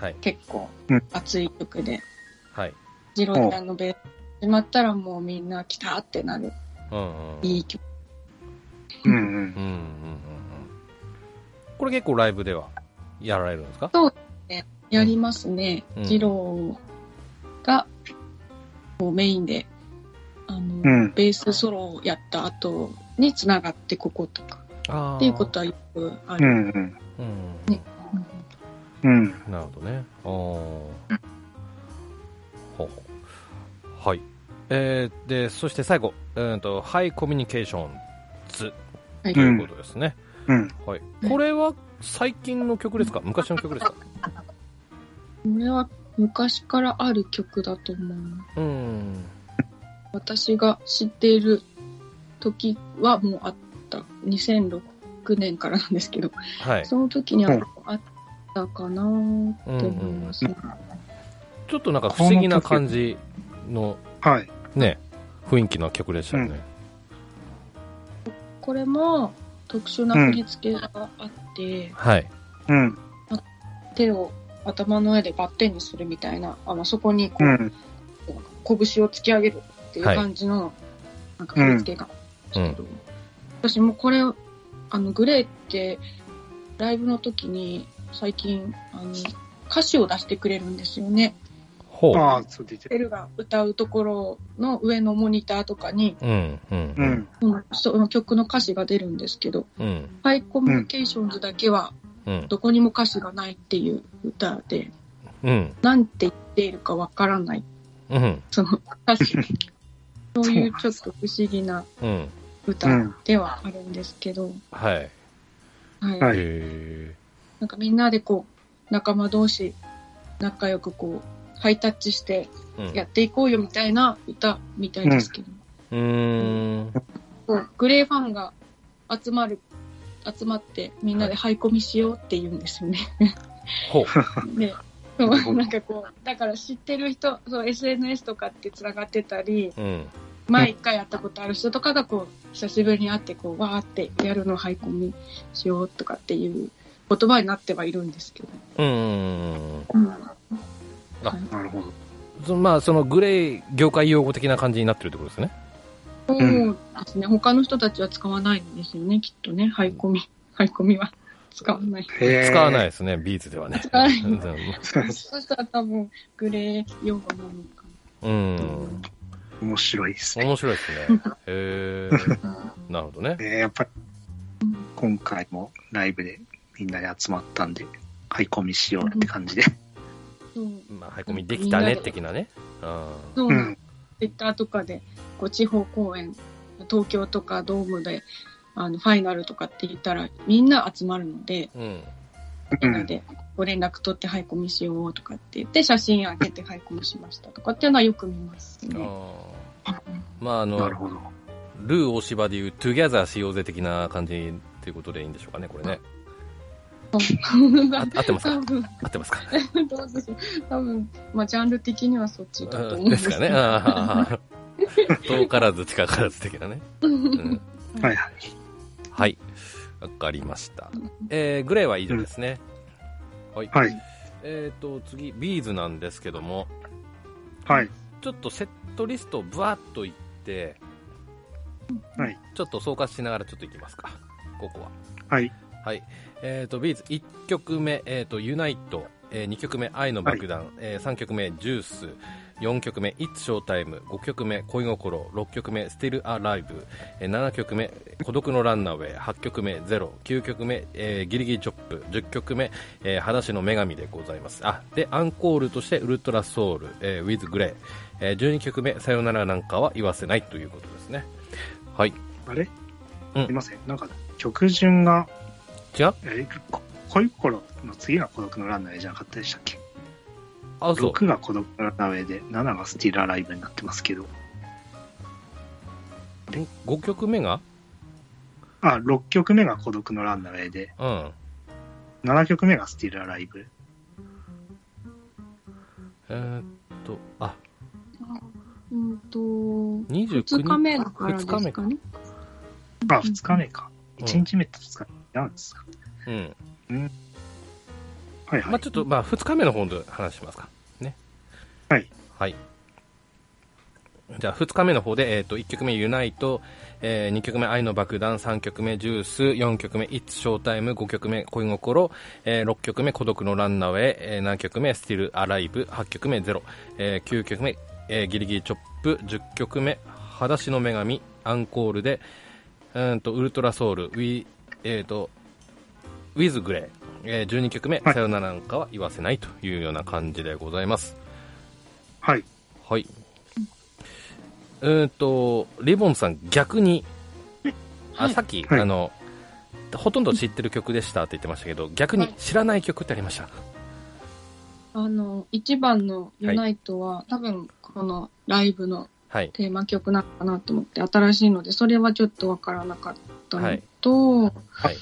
Speaker 1: はい。
Speaker 3: 結構
Speaker 2: うん
Speaker 3: 熱い曲で、
Speaker 1: はい。
Speaker 3: ジローちゃんのベース始まったらもうみんな来たってなる、
Speaker 1: うんうん。
Speaker 3: いい曲。
Speaker 2: うんう。
Speaker 1: うんんうんうんうん。これ結構ライブではやられるんですか
Speaker 3: やりますね。
Speaker 1: うん
Speaker 3: ジローが、もうメインで、あの、
Speaker 2: うん。
Speaker 3: ベースソロをやった後につながってこことか
Speaker 1: あ
Speaker 3: っていうことはよくあ
Speaker 2: う
Speaker 3: る。
Speaker 2: んうん。
Speaker 1: うん。
Speaker 2: うん。
Speaker 1: なるほどね。ああ。ほうほう。はい。ええーでそして最後、うんと、ハイコミュニケーションズ
Speaker 3: はい
Speaker 1: ということですね、
Speaker 2: うん。
Speaker 1: はい、これは最近の曲ですか、昔の曲ですか、
Speaker 3: これは昔からある曲だと思います。
Speaker 1: うん、
Speaker 3: 私が知っている時はもうあった。2006年からなんですけど、
Speaker 1: はい、
Speaker 3: その時にはあったかな
Speaker 1: う
Speaker 3: と
Speaker 1: んう
Speaker 3: 思い
Speaker 1: ん
Speaker 3: ま、す、ね
Speaker 1: ちょっとなんか不思議な感じの
Speaker 2: はい。
Speaker 1: ね、雰囲気の曲でしたよね。
Speaker 3: これも特殊な振り付けがあって、
Speaker 1: はい。
Speaker 2: うん。
Speaker 3: 手を頭の上でバッテンにするみたいな、あのそこにこ
Speaker 2: う
Speaker 3: う、
Speaker 2: ん。
Speaker 3: 拳を突き上げるっていう
Speaker 1: はい
Speaker 3: 感じの、なんか振り付けが、
Speaker 1: うん。
Speaker 3: 私もこれをあのグレーってライブの時に最近あの歌詞を出してくれるんですよね
Speaker 1: ほう。
Speaker 2: ああ、そう出て
Speaker 3: エ
Speaker 2: る。
Speaker 3: ルが歌うところの上のモニターとかに
Speaker 1: うん。うん。
Speaker 2: う。ん。
Speaker 3: そのその曲の歌詞が出るんですけど
Speaker 1: うん。
Speaker 3: 「ハイコミュニケーションズ」だけは
Speaker 1: うん。
Speaker 3: どこにも歌詞がないっていう歌で
Speaker 1: うん。
Speaker 3: なんて言っているかわからない
Speaker 1: うん。
Speaker 3: その歌詞そういうちょっと不思議な
Speaker 1: うん。
Speaker 2: う
Speaker 3: 歌
Speaker 2: ん。
Speaker 3: ではあるんですけど、
Speaker 1: はい。へ
Speaker 3: はい
Speaker 2: はい
Speaker 1: え。
Speaker 3: なんかみんなでこう、仲間同士、仲良くこう、ハイタッチして
Speaker 1: うん。
Speaker 3: やっていこうよみたいな歌みたいですけど、
Speaker 1: うーん。
Speaker 3: こうグレーファンが集まる、集まってみんなでハイコミしようって言うんですよね。
Speaker 1: ほう。
Speaker 3: で、そうなんかこう、だから知ってる人、そう SNS とかって繋がってたり、
Speaker 1: うん。
Speaker 3: 前一回やったことある人とかがこう、久しぶりに会ってこう、わーってやるのハイコミしようとかっていう言葉になってはいるんですけど。
Speaker 1: うん。
Speaker 2: なるほど。
Speaker 1: そまあ、そのグレー業界用語的な感じになってるってことですね。
Speaker 3: そうですね。他の人たちは使わないんですよね、きっとね。ハイコミ。ハイコミは使わ ない。
Speaker 2: へえ。
Speaker 1: 使わないですね、ビーズではね。
Speaker 3: 使わない
Speaker 2: い。
Speaker 3: そしたら多分、グレー用語なのか
Speaker 1: うん。
Speaker 2: 面白いですね。
Speaker 1: 面白いですね。へえ。なるほどね
Speaker 2: え。ーやっぱり、今回もライブでみんなで集まったんで、買い込みしようって感じで。
Speaker 3: な。そう。
Speaker 1: まあ、ハイコミできたね、的なね。うん。
Speaker 3: そう
Speaker 2: う
Speaker 3: なん
Speaker 2: ん。
Speaker 3: ツイッターとかで、こう、地方公演、東京とかドームで、あの、ファイナルとかって言ったら、みんな集まるので、
Speaker 1: うん。
Speaker 2: う。
Speaker 3: みんなんで、ご連絡取ってハイコミしようとかって言って、写真あげてハイコミしましたとかっていうのはよく見ます
Speaker 1: あ
Speaker 3: ね。
Speaker 1: ーまあ、あ
Speaker 2: な
Speaker 1: の
Speaker 2: る、ほど。
Speaker 1: ルー大芝でいう、トゥギャザーしようぜ的な感じっていうことでいいんでしょうかね、これね。あ合ってます か
Speaker 3: 多分
Speaker 1: 合ってますか
Speaker 3: どうでしょう。多分、まあ、ジャンル的にはそっちだと思うん
Speaker 1: で
Speaker 3: ですす
Speaker 1: か
Speaker 3: け
Speaker 1: ね。
Speaker 3: ど。
Speaker 1: ああ遠からず近からず的なね。うん、
Speaker 2: はいはい。
Speaker 1: はい。わかりました。えー、グレーは以上ですね。はい。
Speaker 2: はい。
Speaker 1: えっ、と、次、ビーズなんですけども、
Speaker 2: はい。
Speaker 1: ちょっとセットリストをブワッといって、
Speaker 2: はい。
Speaker 1: ちょっと総括しながらちょっといきますか。ここは。
Speaker 2: はい。
Speaker 1: はい。えっ、と、ビーズ1曲目、えっ、と、ユナイト、えー、2曲目、愛の爆弾、えー、3曲目、ジュース、4曲目、It's Showtime、5曲目、恋心、6曲目、Still Alive、えー、7曲目、孤独のランナーウェイ、8曲目、ゼロ、9曲目、えーギリギリチョップ、10曲目、えー裸足の女神でございます。あ、で、アンコールとして、ウルトラソウル、えー、With Grey、えー、12曲目、さよならなんかは言わせないということですね。はい。
Speaker 2: あれ
Speaker 1: うん
Speaker 2: すいません。なんか、曲順が、
Speaker 1: 違う
Speaker 2: えー、こ恋心の次が孤独のランナーじゃなかったでしたっけ
Speaker 1: あ、そう。
Speaker 2: 6が孤独のランナーで7がスティールアライブになってますけど
Speaker 1: 5曲目が
Speaker 2: あ6曲目が孤独のランナーで
Speaker 1: うん。
Speaker 2: 7曲目がスティールアライブ
Speaker 1: えーっと、あ、
Speaker 3: うんと、2
Speaker 1: 29日。
Speaker 3: 日目だからですか
Speaker 1: 二
Speaker 3: ね。
Speaker 1: 日
Speaker 2: あ2日目か
Speaker 1: うん
Speaker 2: 1日目と2日目なんですか、
Speaker 1: 目。うん。
Speaker 2: はいはい、
Speaker 1: まあちょっと、まあ2日目の方で話しますか。ね。
Speaker 2: はい。
Speaker 1: はい。じゃあ2日目の方で、えーっと、1曲目ユナイト、えー、2曲目愛の爆弾、3曲目ジュース、4曲目 It's Showtime、5曲目恋心、えー、6曲目孤独のランナウェイ、えー、7曲目 Still Alive、8曲目ゼロ、えー、9曲目、えーギリギリチョップ、10曲目裸足の女神、アンコールで、うーんと、ウルトラソウル、ウィ、えー、と、ウィズグレー、えー、12曲目、
Speaker 2: はい
Speaker 1: さよならなんかは言わせないというような感じでございます。
Speaker 2: はい
Speaker 1: はい。うーんと、リボンさん逆に、あ、
Speaker 3: はい
Speaker 1: さっき、
Speaker 2: はい
Speaker 1: あの、ほとんど知ってる曲でしたって言ってましたけど、逆に知らない曲ってありました。
Speaker 3: あの、1番のユナイトは、多分このライブの
Speaker 1: はい。
Speaker 3: テーマ曲なのかなと思って、新しいので、それはちょっとわからなかったのと、
Speaker 1: はい。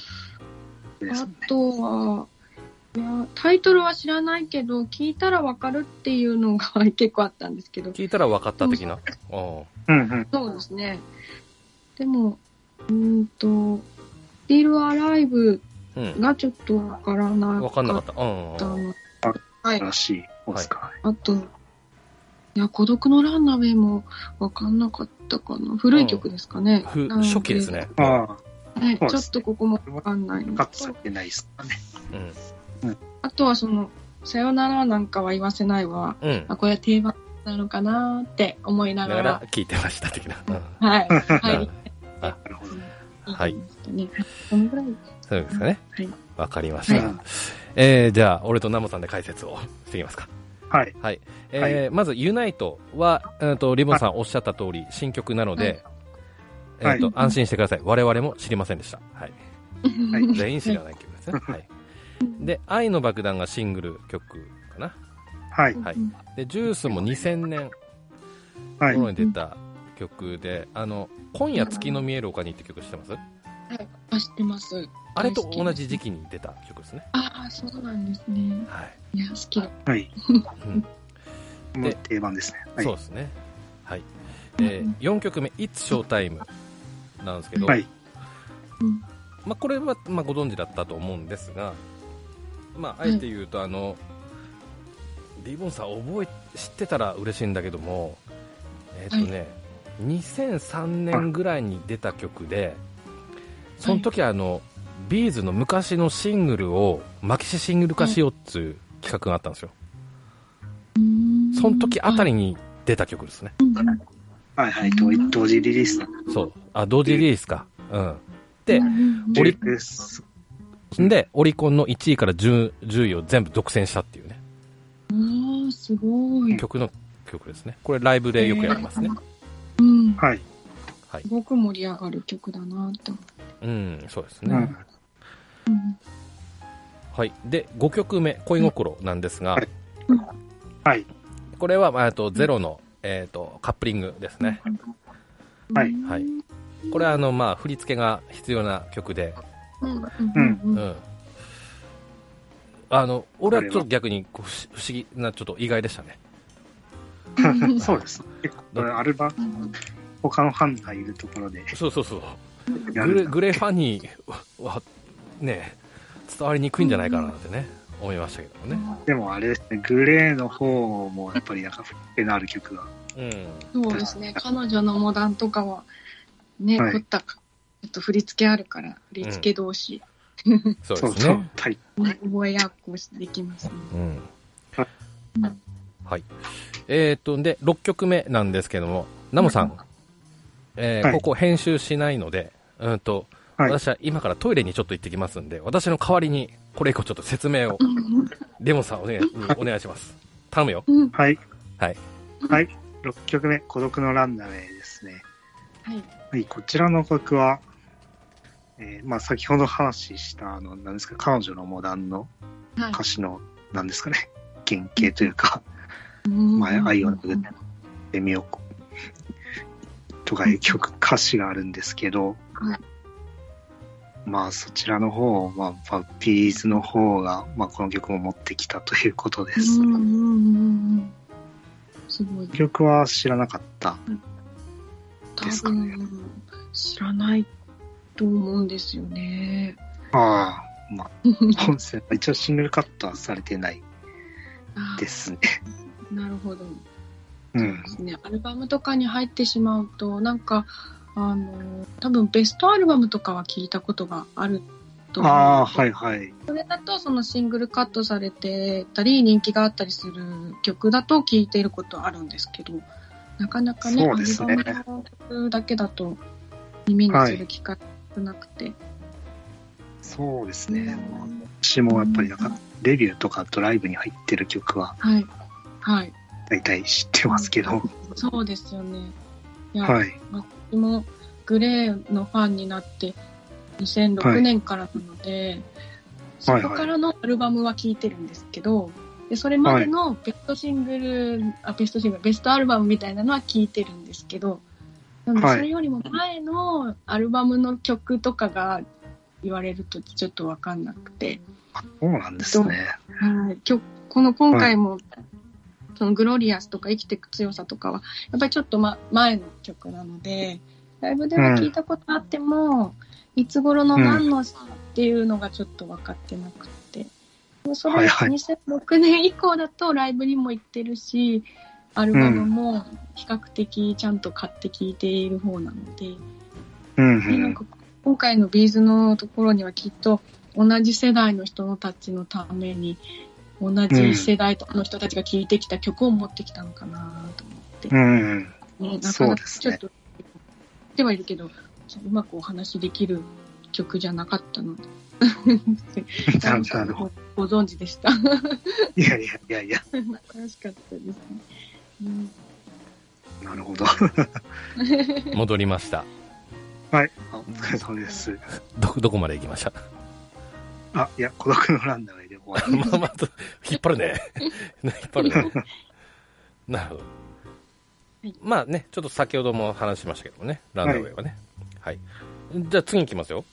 Speaker 2: です
Speaker 3: あ
Speaker 2: ね。
Speaker 3: とは、いや、タイトルは知らないけど、聞いたらわかるっていうのが 結構あったんですけど、
Speaker 1: 聞いたら分かった的な。お
Speaker 2: うんうん。
Speaker 3: そうですね。でも、うーんと、Still Alive
Speaker 1: ううん。
Speaker 3: がちょっとわからな
Speaker 1: 分
Speaker 3: か
Speaker 1: かんなか
Speaker 3: っ
Speaker 1: った。うんうん
Speaker 3: た
Speaker 1: うん。
Speaker 3: の。はい。
Speaker 2: らしいオスカ
Speaker 3: あと、いや、孤独のランナウェイもわかんなかったかな。古い曲ですかね。
Speaker 1: ふ
Speaker 3: なの
Speaker 1: 初期ですね。
Speaker 2: ー。あ
Speaker 3: はい、
Speaker 2: そう
Speaker 3: ち
Speaker 2: で
Speaker 3: ょ
Speaker 2: す
Speaker 3: っとここもわかんない
Speaker 2: あ、
Speaker 3: の
Speaker 2: か
Speaker 3: と。
Speaker 2: つてないですかね。
Speaker 1: うん。
Speaker 3: あとはその、さよならなんかは言わせないわ。
Speaker 1: うん。
Speaker 3: あ、これは定番なのかなーって思いな
Speaker 1: だ
Speaker 3: が
Speaker 1: からら、、聞いてました的な。うん。
Speaker 3: はい、
Speaker 1: な
Speaker 3: は
Speaker 1: る
Speaker 3: い
Speaker 1: ほど、
Speaker 2: なるほど。
Speaker 1: はい。
Speaker 3: ね、このぐらい。
Speaker 1: そうですかね。
Speaker 3: はい。
Speaker 1: わかりました。
Speaker 2: はい
Speaker 1: えー、じゃあ、俺とナモさんで解説をしていきますか。
Speaker 2: はい。
Speaker 1: はい。えーまず、ユナイトは、うんと、リボンさんおっしゃった通り、新曲なので、え
Speaker 2: はい
Speaker 1: ーと、
Speaker 3: はい
Speaker 1: 安心してください。我々も知りませんでした。はい。
Speaker 2: はい
Speaker 1: 全員知らない曲ですね。はい。で、愛の爆弾がシングル曲かな。
Speaker 2: はい。
Speaker 1: はいで、ジュースも2000年
Speaker 2: はい。
Speaker 1: 頃に出た曲で、あの、今夜月の見える丘にって曲知ってます
Speaker 3: はい、あ、知ってます。
Speaker 1: あれと同じ時期に出た曲ですね。
Speaker 3: ああ、そうなんですね。
Speaker 1: はい。
Speaker 3: いや、好きだ。
Speaker 2: はい。
Speaker 1: うん
Speaker 2: もう定番ですね。はい。
Speaker 1: そうですね。はい。えー、4曲目、It's Showtime なんですけど、
Speaker 2: はい。
Speaker 1: まあ、これは、まあ、ご存知だったと思うんですが、まあ、あえて言うと、あの、リボンさん覚え、知ってたら嬉しいんだけども、えっ、とね、2003年ぐらいに出た曲で、その時あの、ビーズの昔のシングルを、マキシシングル化しようっていう企画があったんですよ。
Speaker 3: うーん
Speaker 1: その時あたりに出た曲ですね。
Speaker 2: はい。はい。同同時リリースだ。
Speaker 1: そう。あ、同時リリースか。うん。で
Speaker 3: うん、うん
Speaker 1: オリ
Speaker 2: です。
Speaker 1: で、オリコンの1位から 10, 10位を全部独占したっていうね、
Speaker 3: うんああ、すごい。
Speaker 1: 曲の曲ですね。これライブでよくやりますね。
Speaker 3: うん。
Speaker 2: はい。
Speaker 1: はい
Speaker 3: す。ごく盛り上がる曲だなと思
Speaker 1: うん、そうです
Speaker 2: う
Speaker 1: ね。
Speaker 2: ん。
Speaker 1: はい。で、5曲目、恋心なんですが、
Speaker 2: はいはい。
Speaker 1: これは、まあ、あと、ゼロの、えっ、と、カップリングですね。
Speaker 3: う。
Speaker 2: はい
Speaker 3: うん
Speaker 1: はい。これは、あの、まあ、振り付けが必要な曲で、
Speaker 3: うん。
Speaker 1: う
Speaker 3: うん
Speaker 1: ん。あの、俺はちょっと逆にこう不思議な、ちょっと意外でしたね。
Speaker 3: うん。
Speaker 2: そうです。結構、これアルバム、他のファンがいるところで
Speaker 1: そうそうそう。
Speaker 2: や
Speaker 1: グレ
Speaker 2: る。
Speaker 1: グレーファンには、ね、伝わりにくいんじゃないかなってね、思いましたけどもね。
Speaker 2: でもあれですね、グレーの方もやっぱりなんか、ペのある曲が。
Speaker 1: うん。
Speaker 3: そうですね。彼女のモダンとかは、ね、
Speaker 2: はい
Speaker 3: 凝った、ちょっと振り付けあるから、振り付け同士、
Speaker 1: そう
Speaker 2: そう
Speaker 1: です
Speaker 2: そう
Speaker 1: ね。。
Speaker 2: はい。
Speaker 3: 覚えやっこできますね。
Speaker 1: うん
Speaker 2: はい。
Speaker 1: はい。えーっと、で、6曲目なんですけども、ナモさん、えー
Speaker 2: は
Speaker 1: こ
Speaker 2: い
Speaker 1: こ編集しないので、うんと、
Speaker 2: はい
Speaker 1: 私は今からトイレにちょっと行ってきますんで、私の代わりに、これ以降ちょっと説明を、レモンさんお願い、お願いします。頼むよ。
Speaker 3: うん。
Speaker 2: はい。
Speaker 1: はい。
Speaker 2: はい。6曲目、孤独のランナウェイですね。
Speaker 3: はい。
Speaker 2: はい、こちらの曲は、えーまあ、先ほど話した、あの、なんですか、彼女のモダンの
Speaker 3: はい
Speaker 2: 歌詞の、なんですかね、原型というか、
Speaker 3: ま
Speaker 2: まあ、愛を殴ってみようとかいう曲、歌詞があるんですけど、
Speaker 3: はい
Speaker 2: まあ、そちらの方を、まあ、まあビーズの方が、まあ、この曲を持ってきたということで
Speaker 3: う
Speaker 2: す。
Speaker 3: んうんうんうん。すごい。
Speaker 2: 曲は知らなかった。
Speaker 3: 多
Speaker 2: ですかね
Speaker 3: 分、知らないと思うんですよね。
Speaker 2: ああ、まあ、本戦は一応シングルカットはされてない
Speaker 3: あ
Speaker 2: ですね。
Speaker 3: なるほど。
Speaker 2: うん
Speaker 3: で。すね。アルバムとかに入ってしまうと、なんか、あの、多分ベストアルバムとかは聞いたことがあると思う。
Speaker 2: ああ、はいはい。
Speaker 3: それだと、そのシングルカットされてたり、人気があったりする曲だと聞いていることあるんですけど、なかなかね、
Speaker 2: そうですね
Speaker 3: アルバムの曲だけだと耳にする機会が少なくて。
Speaker 2: そうですね。私もやっぱりなんか、レビューとかドライブに入ってる曲は
Speaker 3: はい。はい。
Speaker 2: 大体知ってますけど、
Speaker 3: そうですよね。いや、
Speaker 2: はい。
Speaker 3: 私もグレーのファンになって2006年からなので、そこからのアルバムは聴いてるんですけど、でそれまでのベストシングル、あベストシングルベストアルバムみたいなのは聴いてるんですけどでも
Speaker 2: はい
Speaker 3: それよりも前のアルバムの曲とかが言われるとちょっとわかんなくて、
Speaker 2: そうなんですね。
Speaker 3: はい、今日この今回も、そのグロリアスとか生きていく強さとかは、やっぱりちょっと、ま、前の曲なので、ライブでは聞いたことあっても、いつ頃の何のさっていうのがちょっと分かってなくて。もうそ
Speaker 2: は
Speaker 3: れ
Speaker 2: い
Speaker 3: が
Speaker 2: はい
Speaker 3: 2006年以降だとライブにも行ってるし、アルバムも比較的ちゃんと買って聴いている方なので、
Speaker 2: うんう
Speaker 3: でなん
Speaker 2: ん。
Speaker 3: か今回のビーズのところにはきっと同じ世代の人たちのために同じ世代の人たちが聴いてきた曲を持ってきたのかなと思って、
Speaker 2: うんうん。
Speaker 3: ねなか
Speaker 2: そう
Speaker 3: な
Speaker 2: で
Speaker 3: か
Speaker 2: す
Speaker 3: ちょ
Speaker 2: ね
Speaker 3: っとではいるけどそううまくお話しできる曲じゃなかったので
Speaker 2: なるほど。
Speaker 3: ご存知でした
Speaker 2: いやいやいやいや、
Speaker 3: 楽しかったですね、うん
Speaker 2: なるほど。
Speaker 1: 戻りました。
Speaker 2: はい。あお疲れ様です。
Speaker 1: ど、どこまで行きました
Speaker 2: あ、いや、孤独のランナーで終わり。
Speaker 1: まあまあ、 引っ張るね。 ね引っ張るね。なるほど
Speaker 3: はい。
Speaker 1: まあね、ちょっと先ほども話しましたけどもね、ランナーウェイはね。はい。じゃあ次行きますよ。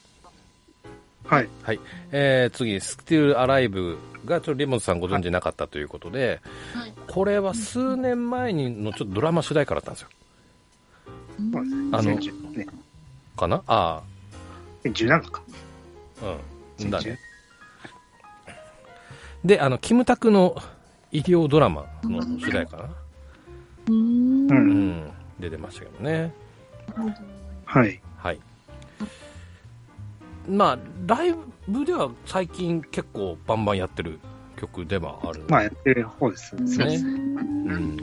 Speaker 2: はい。
Speaker 1: えー、次、Still Alive がちょっとリモンさんご存知なかったということで、
Speaker 3: はい
Speaker 1: これは数年前にのちょっとドラマ主題歌だったんですよ。
Speaker 2: そうです
Speaker 3: うん
Speaker 1: あの
Speaker 2: 2010ね。
Speaker 1: かなあ
Speaker 2: 17か。
Speaker 1: あ、うん。だね。で、あの、キムタクの医療ドラマの主題歌かな。
Speaker 3: うん
Speaker 2: うん
Speaker 1: うん。出てましたけどね。
Speaker 2: はい。
Speaker 1: はい。まあ、ライブでは最近結構バンバンやってる曲ではある。
Speaker 2: まあ、やってる方ですね。
Speaker 1: そうですう
Speaker 2: うん
Speaker 1: ん。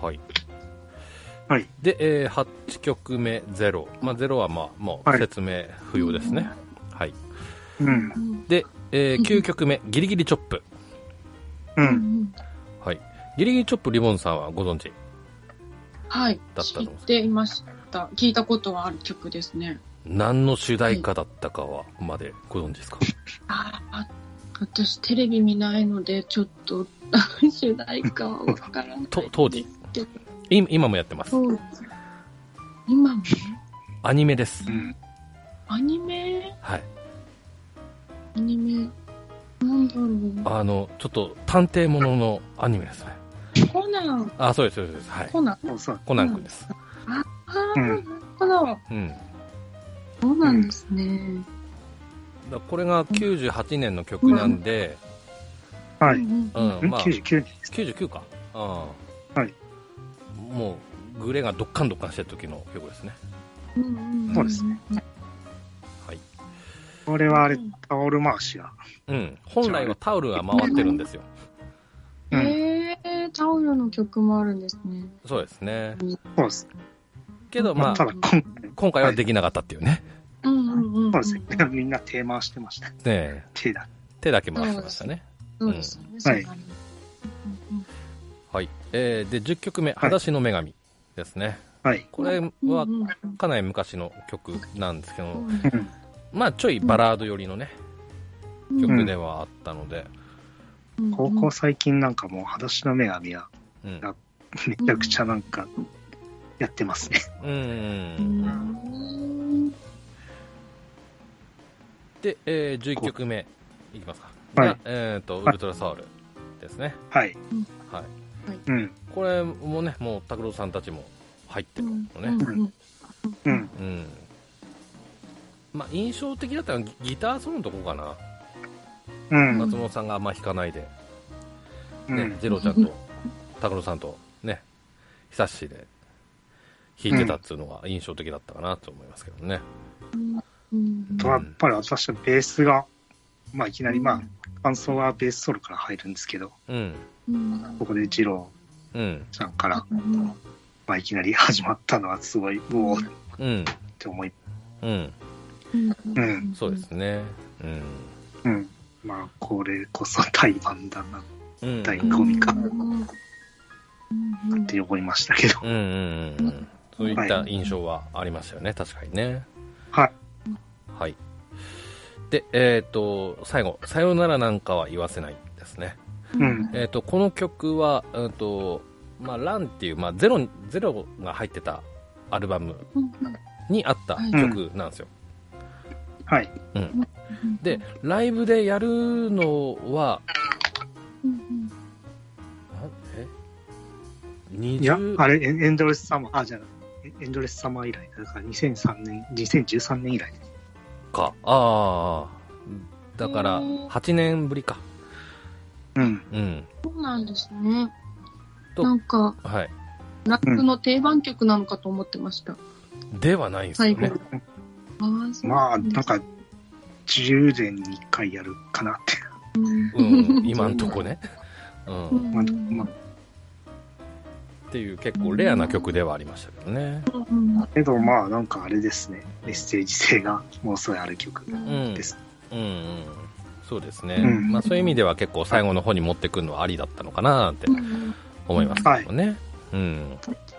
Speaker 1: はい。
Speaker 2: はい。
Speaker 1: で、えー8曲目0。まあ、0はまあ、もう
Speaker 2: はい
Speaker 1: 説明不要ですね。はい。
Speaker 2: うん。
Speaker 3: うん
Speaker 1: で、えー9曲目、ギリギリチョップ。
Speaker 2: う。
Speaker 3: うんん
Speaker 1: はい。ギリギリチョップリボンさんはご存知
Speaker 3: はい。
Speaker 1: だった
Speaker 3: 知
Speaker 1: の
Speaker 3: っていました。聞いたことはある曲ですね。
Speaker 1: 何の主題歌だったかはまでご存知ですか
Speaker 3: ああ、私テレビ見ないので、ちょっと、主題歌はわからない。
Speaker 1: と当時。い今もやってます。
Speaker 3: 当時。今も
Speaker 1: アニメです
Speaker 2: う。ん。
Speaker 3: アニメ
Speaker 1: はい。
Speaker 3: アニメ。なんだろ
Speaker 1: あの、ちょっと探偵もののアニメですね。
Speaker 3: う。コナン。
Speaker 1: あ、そうです、そうですそうです。はい。
Speaker 3: コナン。
Speaker 2: そうそう。
Speaker 1: コナン君です。
Speaker 3: ああ、
Speaker 2: う
Speaker 3: なんるほど。
Speaker 1: うん。だか
Speaker 3: そうなんですね。
Speaker 1: らこれが98年の曲なんで、
Speaker 2: はい。
Speaker 3: うん
Speaker 1: う
Speaker 3: うんうん
Speaker 1: ん、まあ、
Speaker 2: 99年です。。
Speaker 1: 99か。うん。はいもう、グレーがドッカンドッカンしてる時の曲ですね。
Speaker 3: うんん
Speaker 2: そうですね。
Speaker 1: はい。
Speaker 2: これはあれ、タオル回しが。
Speaker 1: うん。本来はタオルが回ってるんですよ。
Speaker 2: うん
Speaker 3: えー、タオルの曲もあるんですね。
Speaker 1: そうですね。
Speaker 2: そうです。
Speaker 1: けど、
Speaker 2: ま
Speaker 1: ま
Speaker 2: あ、た
Speaker 1: あ、
Speaker 2: だ、今回、
Speaker 1: 今回はできなかったっていうね。
Speaker 3: うんうんうんうん。
Speaker 2: そうですね。みんな手回してました。
Speaker 1: ねえ
Speaker 2: 手だ。
Speaker 1: 手だけ回してましたね。
Speaker 3: そうですよね、
Speaker 2: ん
Speaker 3: そうなる
Speaker 2: は
Speaker 1: はい。えー、で、10曲目、裸足の女神ですね。
Speaker 2: はい。
Speaker 1: これ
Speaker 3: うん
Speaker 1: は
Speaker 3: うんうん
Speaker 1: かなり昔の曲なんですけど、
Speaker 2: うん。
Speaker 1: まあ、ちょいバラード寄りのね、
Speaker 3: うん
Speaker 1: 曲ではあったので、
Speaker 3: うん
Speaker 2: 高校最近なんかもう、裸足の女神は、
Speaker 1: うん。
Speaker 2: めちゃくちゃなんか、やってますね。
Speaker 1: う。
Speaker 3: うんん
Speaker 1: で、えー、11曲目いきますか。
Speaker 2: はい
Speaker 1: がえっ、と、ウルトラサウルですね。
Speaker 2: はい。
Speaker 1: はい。
Speaker 2: うん。
Speaker 1: これもね、もう拓郎さんたちも入ってるの
Speaker 3: う
Speaker 1: ね。
Speaker 3: ん
Speaker 2: うん。
Speaker 1: うん。まあ、印象的だったのはギギターソロのとこかな。
Speaker 2: うん。
Speaker 1: 松本さんがあんま弾かないで、
Speaker 2: う
Speaker 1: ね
Speaker 2: ん。
Speaker 1: ジローちゃんと拓郎さんとね、久しで弾いてたっていうのが印象的だったかなと思いますけどね。
Speaker 3: うん
Speaker 2: とやっぱり私はベースが、まあ、いきなり、まあ、感想はベースソロから入るんですけど、
Speaker 1: うん。
Speaker 3: うん
Speaker 2: ここで二郎
Speaker 1: うん。
Speaker 2: ちゃんから、まあ、いきなり始まったのはすごい、うおーっ
Speaker 1: うん。
Speaker 2: て思い、
Speaker 1: うん。
Speaker 2: うん
Speaker 1: そうですね。うん。
Speaker 2: うん。まあ、これこそ対バンだな。
Speaker 1: うん。
Speaker 2: 第五コミカ
Speaker 3: うんうん
Speaker 2: って思いましたけど、
Speaker 1: うんうんうんうん。そういった印象はありますよね、確かにね。
Speaker 2: はい。
Speaker 1: はい。で、えっ、と、最後、さよならなんかは言わせないですね。
Speaker 2: うん
Speaker 1: えっ、と、この曲は、うんと、まあ、ランっていう、まあ、ゼロ、ゼロが入ってたアルバム
Speaker 3: うん
Speaker 1: にあった曲なんですよ。
Speaker 2: はい。
Speaker 3: うん
Speaker 1: で、ライブでやるのは、
Speaker 3: う
Speaker 1: な
Speaker 3: ん
Speaker 1: んえ
Speaker 2: いや、
Speaker 1: ?20、
Speaker 2: あれ、エンエンドレスサマー、あ、じゃない、エンドレスサマー以来、だから2003年、2013年以来です。
Speaker 1: か。ああ。だから、
Speaker 3: へー
Speaker 1: 8年ぶりか。
Speaker 2: うん。
Speaker 1: うん。
Speaker 3: そうなんですね。
Speaker 1: と
Speaker 3: なんか、
Speaker 1: はい。
Speaker 3: 夏の定番曲なのかと思ってました。
Speaker 1: ではないんです
Speaker 3: 最
Speaker 1: よ
Speaker 3: 後
Speaker 1: ね。。
Speaker 3: ああ、そう
Speaker 2: まあ、
Speaker 3: です
Speaker 2: なんか、10年に1回やるかなって。
Speaker 3: うん
Speaker 1: うん、今んとこね。うん。
Speaker 3: うん
Speaker 2: まあ、まあ、
Speaker 1: っていう結構レアな曲ではありましたけどね。
Speaker 3: うん
Speaker 2: けどまあ、なんかあれですね、メッセージ性がものすごいある曲
Speaker 1: うん
Speaker 2: です。
Speaker 1: うんうん。そうですね。
Speaker 2: うん
Speaker 1: まあそういう意味では結構最後の方に持ってくるのはありだったのかなって
Speaker 3: うん
Speaker 1: 思いますけどね。うん。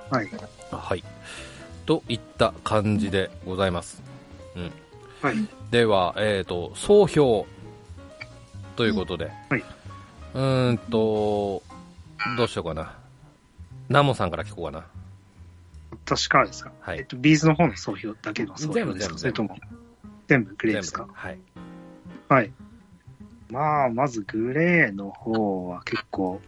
Speaker 2: はい。
Speaker 1: はい。といった感じでございます。うん。
Speaker 2: はい。
Speaker 1: では、えっ、と、総評ということで。
Speaker 2: はいう
Speaker 1: ーんと、どうしようかな。ナモさんから聞こうかな。
Speaker 2: 私からですか
Speaker 1: はい
Speaker 2: えっと、ビーズの方の総評だけの総評です
Speaker 1: 全部全部
Speaker 2: かそれとも、全部グレーですか
Speaker 1: はい。
Speaker 2: はい。まあ、まずグレーの方は結構、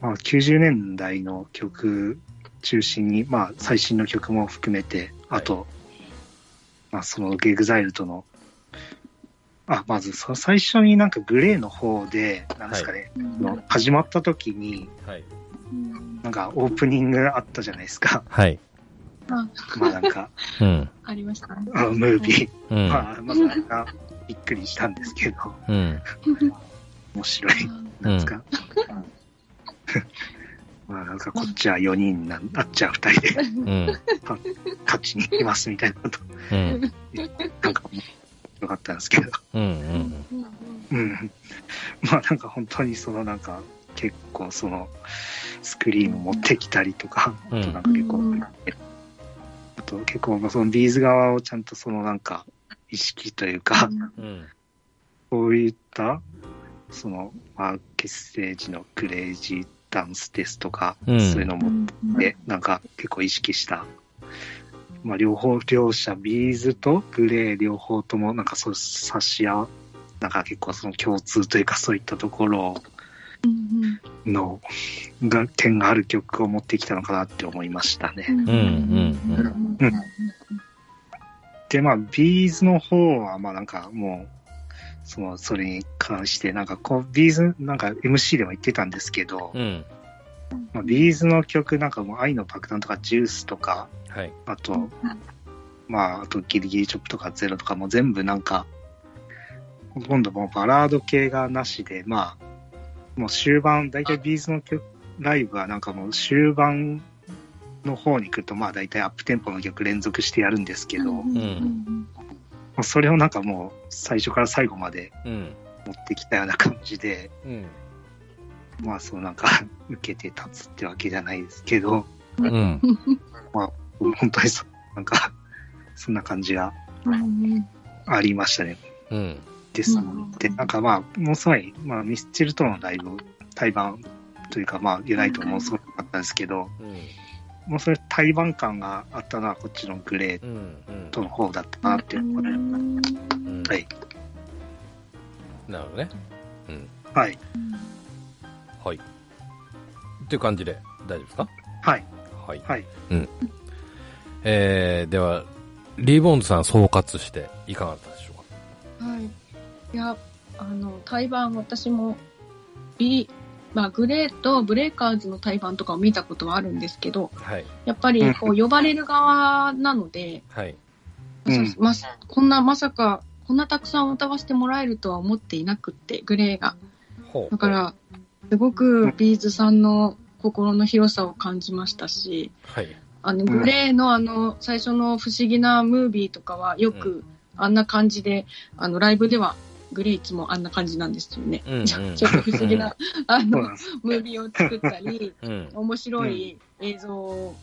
Speaker 2: まあ、90年代の曲中心に、まあ、最新の曲も含めて、
Speaker 1: はい
Speaker 2: あと、まあ、そのゲグザイルとの、あ、まず、その最初になんかグレーの方で、なんですかね、の始まった時に、
Speaker 1: はい。
Speaker 3: うん
Speaker 2: なんかオープニングあったじゃないですか。
Speaker 1: はい。
Speaker 3: あ
Speaker 2: まあなんか、
Speaker 1: うん。
Speaker 3: ありましたね。
Speaker 2: あムービー。
Speaker 1: うん。
Speaker 2: まあ、まあ、なんかびっくりしたんですけど、
Speaker 1: うん。
Speaker 2: 面白い。なん ですか、まあなんかこっちは4人なん、あっちは2人 で
Speaker 1: うん。
Speaker 2: 勝ちに行きますみたいなこと、
Speaker 1: うん。
Speaker 2: なんかよかったんですけど、
Speaker 1: うん。うん。
Speaker 3: うん
Speaker 2: うん。まあなんか本当にそのなんか結構そのスクリーンを持ってきたりとか、
Speaker 1: うん
Speaker 2: あとなんか結構、
Speaker 3: うん
Speaker 2: あと結構まあそのビーズ側をちゃんとそのなんか意識というか、
Speaker 1: うん。
Speaker 2: こういった、その、まあ、結成時のクレイジーダンスですとか、
Speaker 1: うん
Speaker 2: そういうの
Speaker 3: う
Speaker 2: も、
Speaker 3: ん
Speaker 2: で、なんか結構意識した。まあ、両方、両者、ビーズとグレー両方とも、なんかそう、差し合う、なんか結構その共通というか、そういったところ
Speaker 3: うん
Speaker 2: の、が、点がある曲を持ってきたのかなって思いましたね。
Speaker 3: うん
Speaker 1: うんうん
Speaker 2: うんで、まあ、ビーズの方は、まあなんかもう、その、それに関して、なんかこう、ビーズ、なんか MC でも言ってたんですけど、
Speaker 1: うん。
Speaker 2: まあ、ビーズの曲なんかもう愛の爆弾とかジュースとか、
Speaker 1: はい。
Speaker 2: あと、まあ、あとギリギリチョップとかゼロとかも全部なんか、今度もうバラード系がなしで、まあ、もう終盤、大体ビーズの曲、ライブはなんかもう終盤の方に来ると、まあ大体アップテンポの曲連続してやるんですけど、も
Speaker 3: うん
Speaker 2: うそれをなんかもう最初から最後まで
Speaker 1: うん。
Speaker 2: 持ってきたような感じで、
Speaker 1: うん。
Speaker 2: まあそうなんか 受けて立つってわけじゃないですけど、
Speaker 1: うん。
Speaker 2: 本当にそ、なんか、そんな感じが
Speaker 3: うん
Speaker 2: ありましたね。
Speaker 1: うん。
Speaker 2: です
Speaker 3: うん
Speaker 2: で、なんかまあ、ものすごい、まあ、ミスチルとのライブ、対バンというか、まあ、ユナイトもすごかったんですけど、もうそれ対バン感があったのは、こっちのグレー
Speaker 1: うん。うん。
Speaker 2: トの方だったなっていうのがね
Speaker 1: うん。
Speaker 2: はい。
Speaker 1: なるほどね。うん。
Speaker 2: はい。
Speaker 1: はい。っていう感じで大丈夫ですか
Speaker 2: はい。
Speaker 1: はい。
Speaker 2: はい。
Speaker 1: えー、では、リボンズさん総括していかがだったでしょうか
Speaker 3: はい。いや、あの、対バン、私も、ビまあ、グレーとブレイカーズの対バンとかを見たことはあるんですけど、
Speaker 1: はい。
Speaker 3: やっぱり、こう、呼ばれる側なので、
Speaker 1: はい。
Speaker 2: うん
Speaker 3: まさこんな、まさか、こんなたくさん歌わせてもらえるとは思っていなくって、グレーが。
Speaker 1: ほう。
Speaker 3: だか、ら、すごくビーズさんの心の広さを感じましたし、
Speaker 1: はい。
Speaker 3: あの、グレーのあの、最初の不思議なムービーとかはよく、あんな感じで、あの、ライブではグレイツもあんな感じなんですよね。
Speaker 1: うんうん
Speaker 3: じゃ あちょっと不思議な、あ
Speaker 2: そう
Speaker 3: の
Speaker 2: なん、です。
Speaker 3: ムービーを作ったり、
Speaker 1: うん。
Speaker 3: 面白い映像を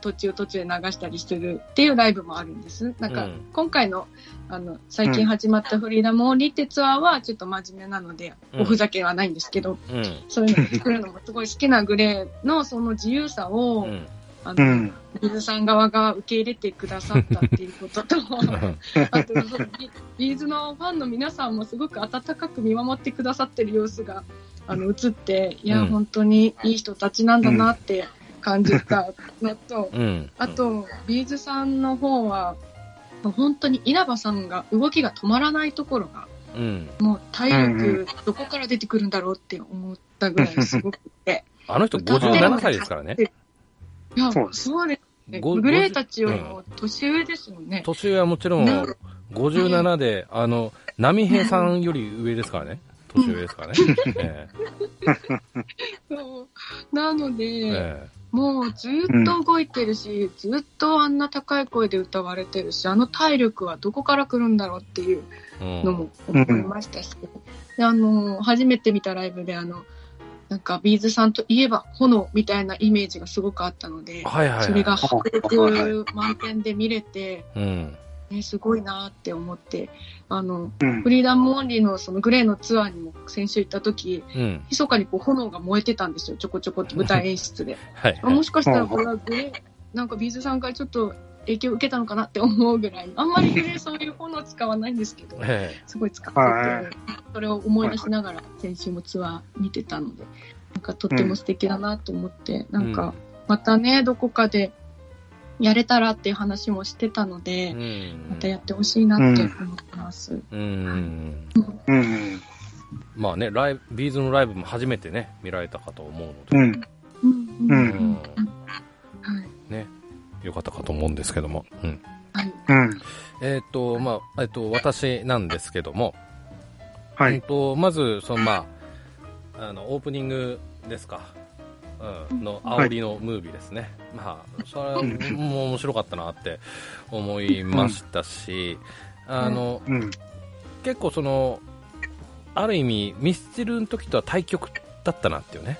Speaker 3: 途中途中で流したりしてるっていうライブもあるんです。なんか
Speaker 1: うん、
Speaker 3: 今回の、あの、最近始まったフリーダムオンリーってツアーはちょっと真面目なので、
Speaker 1: うん
Speaker 3: おふざけはないんですけど、
Speaker 1: うん。
Speaker 3: そう いうのを作るのもすごい好きなグレーのその自由さを、
Speaker 1: うん。
Speaker 3: あ
Speaker 2: う
Speaker 3: の、
Speaker 2: ん。
Speaker 3: ビズさん側が受け入れてくださったっていうこと と、 あとビ、ビーズのファンの皆さんもすごく温かく見守ってくださってる様子があの映って、いや、
Speaker 1: うん
Speaker 3: 本当にいい人たちなんだなって感じたのと、
Speaker 1: うん。
Speaker 3: あと、ビーズさんの方は、もう本当に稲葉さんが動きが止まらないところが、
Speaker 1: うん。
Speaker 3: もう体
Speaker 2: うんう
Speaker 3: 力どこから出てくるんだろうって思ったぐらいすごくて。
Speaker 1: あの人57歳ですからね。。
Speaker 3: いや、
Speaker 2: そうです
Speaker 3: そうですね。
Speaker 1: ご
Speaker 3: グレーたちよりも年上ですもんね。
Speaker 1: 年上はもちろん
Speaker 3: ね、
Speaker 1: 57で、あの、波平さんより上ですからね。年上ですからね。え
Speaker 3: そうなので、
Speaker 1: ええ
Speaker 3: もうずっと動いてるし、ずっとあんな高い声で歌われてるし、あの体力はどこから来るんだろうっていう
Speaker 1: えう
Speaker 3: の
Speaker 1: ん
Speaker 3: も思いましたし、であの、初めて見たライブで、あの、なんかビーズさんといえば炎みたいなイメージがすごくあったので、
Speaker 1: はいはいはい。
Speaker 3: それが迫
Speaker 2: はいはい
Speaker 3: 力満点で見れて、
Speaker 1: うん。
Speaker 3: ね、すごいなって思って、あの、
Speaker 2: うん
Speaker 3: フ。リーダムオンリーのそのグレーのツアーにも先週行った時、
Speaker 1: うん。
Speaker 3: 密かにこう炎が燃えてたんですよ、ちょこちょこって舞台演出で。
Speaker 1: はい
Speaker 3: あ。もしかしたらこれはグレー、なんかビーズさんからちょっと影響を受けたのかなって思うぐらい、あんまりグレーそういう炎使わないんですけど、
Speaker 1: え
Speaker 3: すごい使
Speaker 2: は
Speaker 3: ってて、それを思い出しながら先週もツアー見てたので、なんかとっても素敵だなと思って、
Speaker 1: え
Speaker 3: なんか、またね、どこかでやれたらっていう話もしてたので、
Speaker 1: うん
Speaker 3: またやってほしいなって思ってます。
Speaker 1: うん。
Speaker 2: うん。
Speaker 1: まあね、ライブ、ビーズのライブも初めてね、見られたかと思うの
Speaker 2: う
Speaker 1: で、
Speaker 2: ん。
Speaker 3: うんうん
Speaker 1: う
Speaker 3: うんんはい
Speaker 1: ね、よかったかと思うんですけども。うん。
Speaker 3: はい
Speaker 2: うん。
Speaker 1: えっ、と、まあ、えっ、と、私なんですけども、
Speaker 2: は
Speaker 1: うん
Speaker 2: い。
Speaker 1: と、まず、その、まあ、あの、オープニングですか。うん、の、煽りのムービーですね。まあ、それは、
Speaker 2: うん
Speaker 1: もう面白かったなって思いましたし、あの、
Speaker 2: うん。
Speaker 1: 結構その、ある意味、ミスチルの時とは対極だったなっていうね。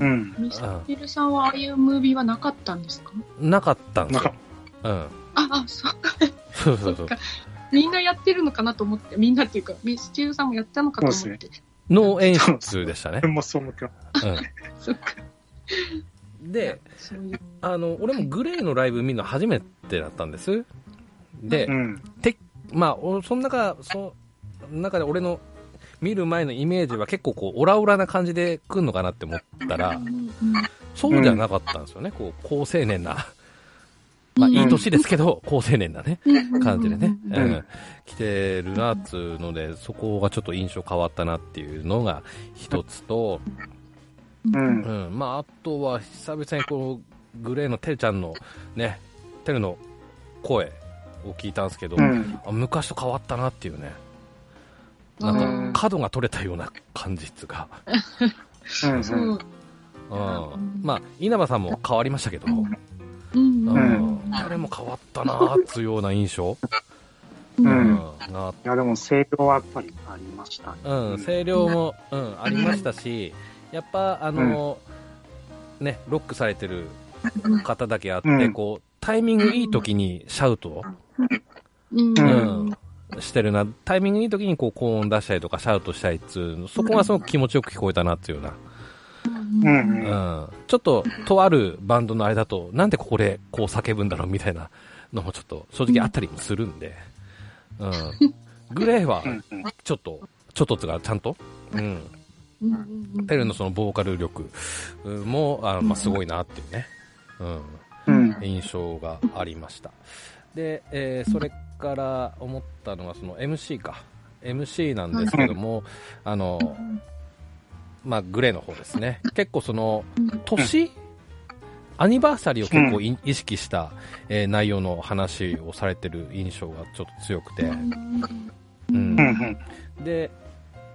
Speaker 2: う
Speaker 3: あ
Speaker 2: ん。
Speaker 3: ミスチルさんはああいうムービーはなかったんですか
Speaker 1: なかったんですよ。うん。
Speaker 3: あ、あ、そっか、
Speaker 1: そうそ
Speaker 3: そう
Speaker 1: そ
Speaker 3: っ
Speaker 1: う。
Speaker 3: か。みんなやってるのかなと思って、みんなっていうか、ミスチルさんもやったのかと思っ
Speaker 2: そう
Speaker 3: て。
Speaker 1: の演出でしたね
Speaker 2: 自。分もそう思ってます。
Speaker 3: そっか。
Speaker 1: うん。で、
Speaker 3: そういう。
Speaker 1: あの、俺もグレーのライブ見るの初めてだったんです。で
Speaker 2: う、ん。
Speaker 1: まあ、おその中、その中で俺の見る前のイメージは結構こう、オラオラな感じで来るのかなって思ったら
Speaker 3: う、んうん
Speaker 1: そうじゃなかったんですよね。こう、高青年な。まあ、
Speaker 3: うん
Speaker 1: いい年ですけど、高青年なね、
Speaker 3: うんうん
Speaker 1: 感じでね。
Speaker 3: うん
Speaker 1: う
Speaker 2: うん
Speaker 1: ん。来てるな、つうので、そこがちょっと印象変わったなっていうのが一つと、
Speaker 2: う。
Speaker 3: うん
Speaker 1: うんん。まあ、あとは久々にこの、グレーのてるちゃんの、ね、てるの声を聞いたんですけど、
Speaker 2: うん。
Speaker 1: あ昔と変わったなっていうね。な
Speaker 3: あ
Speaker 1: んか
Speaker 3: ー
Speaker 1: 角が取れたような感じっつうか、
Speaker 2: うん。
Speaker 3: そう
Speaker 2: うん。
Speaker 1: う
Speaker 3: うんん、
Speaker 1: まあ稲葉さんも変わりましたけど、
Speaker 3: うん
Speaker 1: う
Speaker 3: うんん
Speaker 1: あれも変わったなっつうような印象、
Speaker 2: う
Speaker 1: うんんが
Speaker 2: いや、でも成長はやっぱりありましたね。
Speaker 1: うん、声量も、うん、ありましたしやっぱあの、ねロックされてる方だけあって、
Speaker 2: うん
Speaker 1: こうタイミングいい時にシャウトを
Speaker 3: うん
Speaker 1: うんしてるなタイミングいい時にこう高音出したりとかシャウトしたりっつうのそこがすごく気持ちよく聞こえたなっていうような
Speaker 2: う。
Speaker 1: うんんちょっと、とあるバンドのあれだと、なんでここでこう叫ぶんだろうみたいなのもちょっと正直あったりもするんで、うん。グレーは
Speaker 2: う、ん。うん。
Speaker 1: ちょっと、ちょっとつがちゃんと、うん。
Speaker 3: うんうんうん
Speaker 1: ペルのそのボーカル力うんも、あまあ、すごいなっていうね、うん。
Speaker 2: うん。
Speaker 1: 印象がありました。で、えーそれから思ったのは、その MC か。MC なんですけども、あの、まあ、グレーの方ですね。結構その、年アニバーサリーを結構い意識した、えー内容の話をされてる印象がちょっと強くて。うん
Speaker 2: うん。うん。
Speaker 1: で、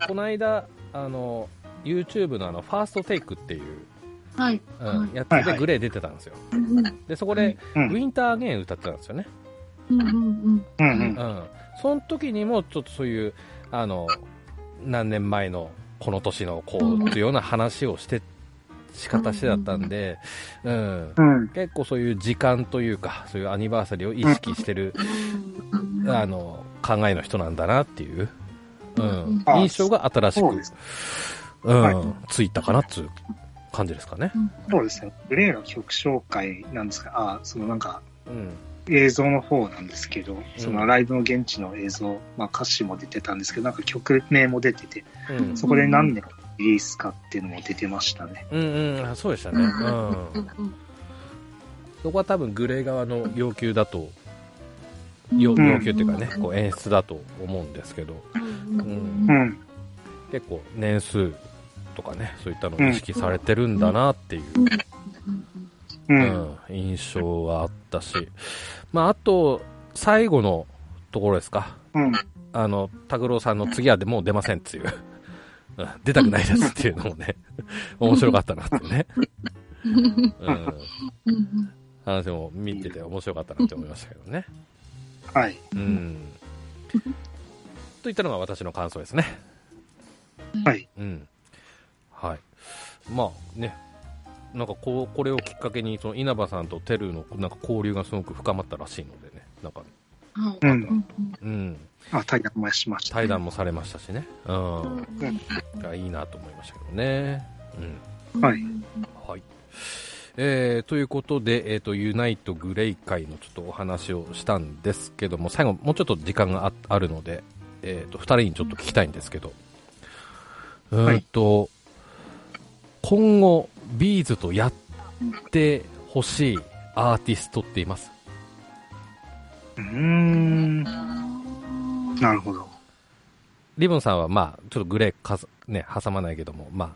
Speaker 1: この間、あの、YouTube のあの、ファーストテイクっていう、
Speaker 3: はい。
Speaker 1: うん
Speaker 3: はい
Speaker 1: やつ
Speaker 2: はいは
Speaker 1: で
Speaker 2: い
Speaker 1: グレー出てたんですよ。
Speaker 3: うんうん
Speaker 1: で、そこで、
Speaker 2: う
Speaker 1: ウ
Speaker 2: ん。
Speaker 1: ィンターゲーン歌ってたんですよね。
Speaker 3: うんうんうん
Speaker 2: うん。
Speaker 1: うん。その時にも、ちょっとそういう、あの、何年前のこの年のこうっていうような話をして、仕方してだったんで、うん。
Speaker 2: うん。
Speaker 1: 結構そういう時間というか、そういうアニバーサリーを意識してる、あの、考えの人なんだなっていう、う
Speaker 3: うん
Speaker 1: ん。
Speaker 2: あ
Speaker 1: 印象が新しく、
Speaker 2: そううんです。は、
Speaker 1: ついたかなっていう感じですかね。
Speaker 2: そうですね。グレーの曲紹介なんですが、あ、そのなんか、
Speaker 1: うん。
Speaker 2: 映像の方なんですけど、そのライブの現地の映像、まあ歌詞も出てたんですけど、なんか曲名も出てて、
Speaker 1: うん。
Speaker 2: そこで何年リリースかっていうのも出てましたね。
Speaker 1: うんうん、あそうでしたね。うん。そこは多分グレー側の要求だと、要
Speaker 2: うん
Speaker 1: 要求っていうかね、こう演出だと思うんですけど、
Speaker 2: う。
Speaker 1: うん結構年数とかね、そういったのを意識されてるんだなっていう、う
Speaker 2: う。
Speaker 1: んん、印象があったし、まあ、あと、最後のところですか。
Speaker 2: うん。
Speaker 1: あの、拓郎さんの次はでもう出ませんっていう。うん出たくないですっていうのも ね、面白かったなっていうね。うん。話も見てて面白かったなって思いましたけどね。
Speaker 2: はい。
Speaker 1: うん。といったのが私の感想ですね。
Speaker 2: はい。
Speaker 1: うん。はい。まあね、なんかこう、これをきっかけに、その稲葉さんとテルのなんか交流がすごく深まったらしいのでね、なんか、
Speaker 2: うん。
Speaker 1: うん、
Speaker 2: あ、対談もしました。
Speaker 1: 対談もされましたしね。うん。いやいいなと思いましたけどね。うん。はい。えー、ということで、えっ、と、ユナイトグレイ会のちょっとお話をしたんですけども、最後、もうちょっと時間がああるので、えっ、と、二人にちょっと聞きたいんですけど、うーんと、今後、ビーズとやってほしいアーティストっています
Speaker 2: うーん。なるほど。
Speaker 1: リボンさんは、まあ、ちょっとグレーかす、ね、挟まないけども、ま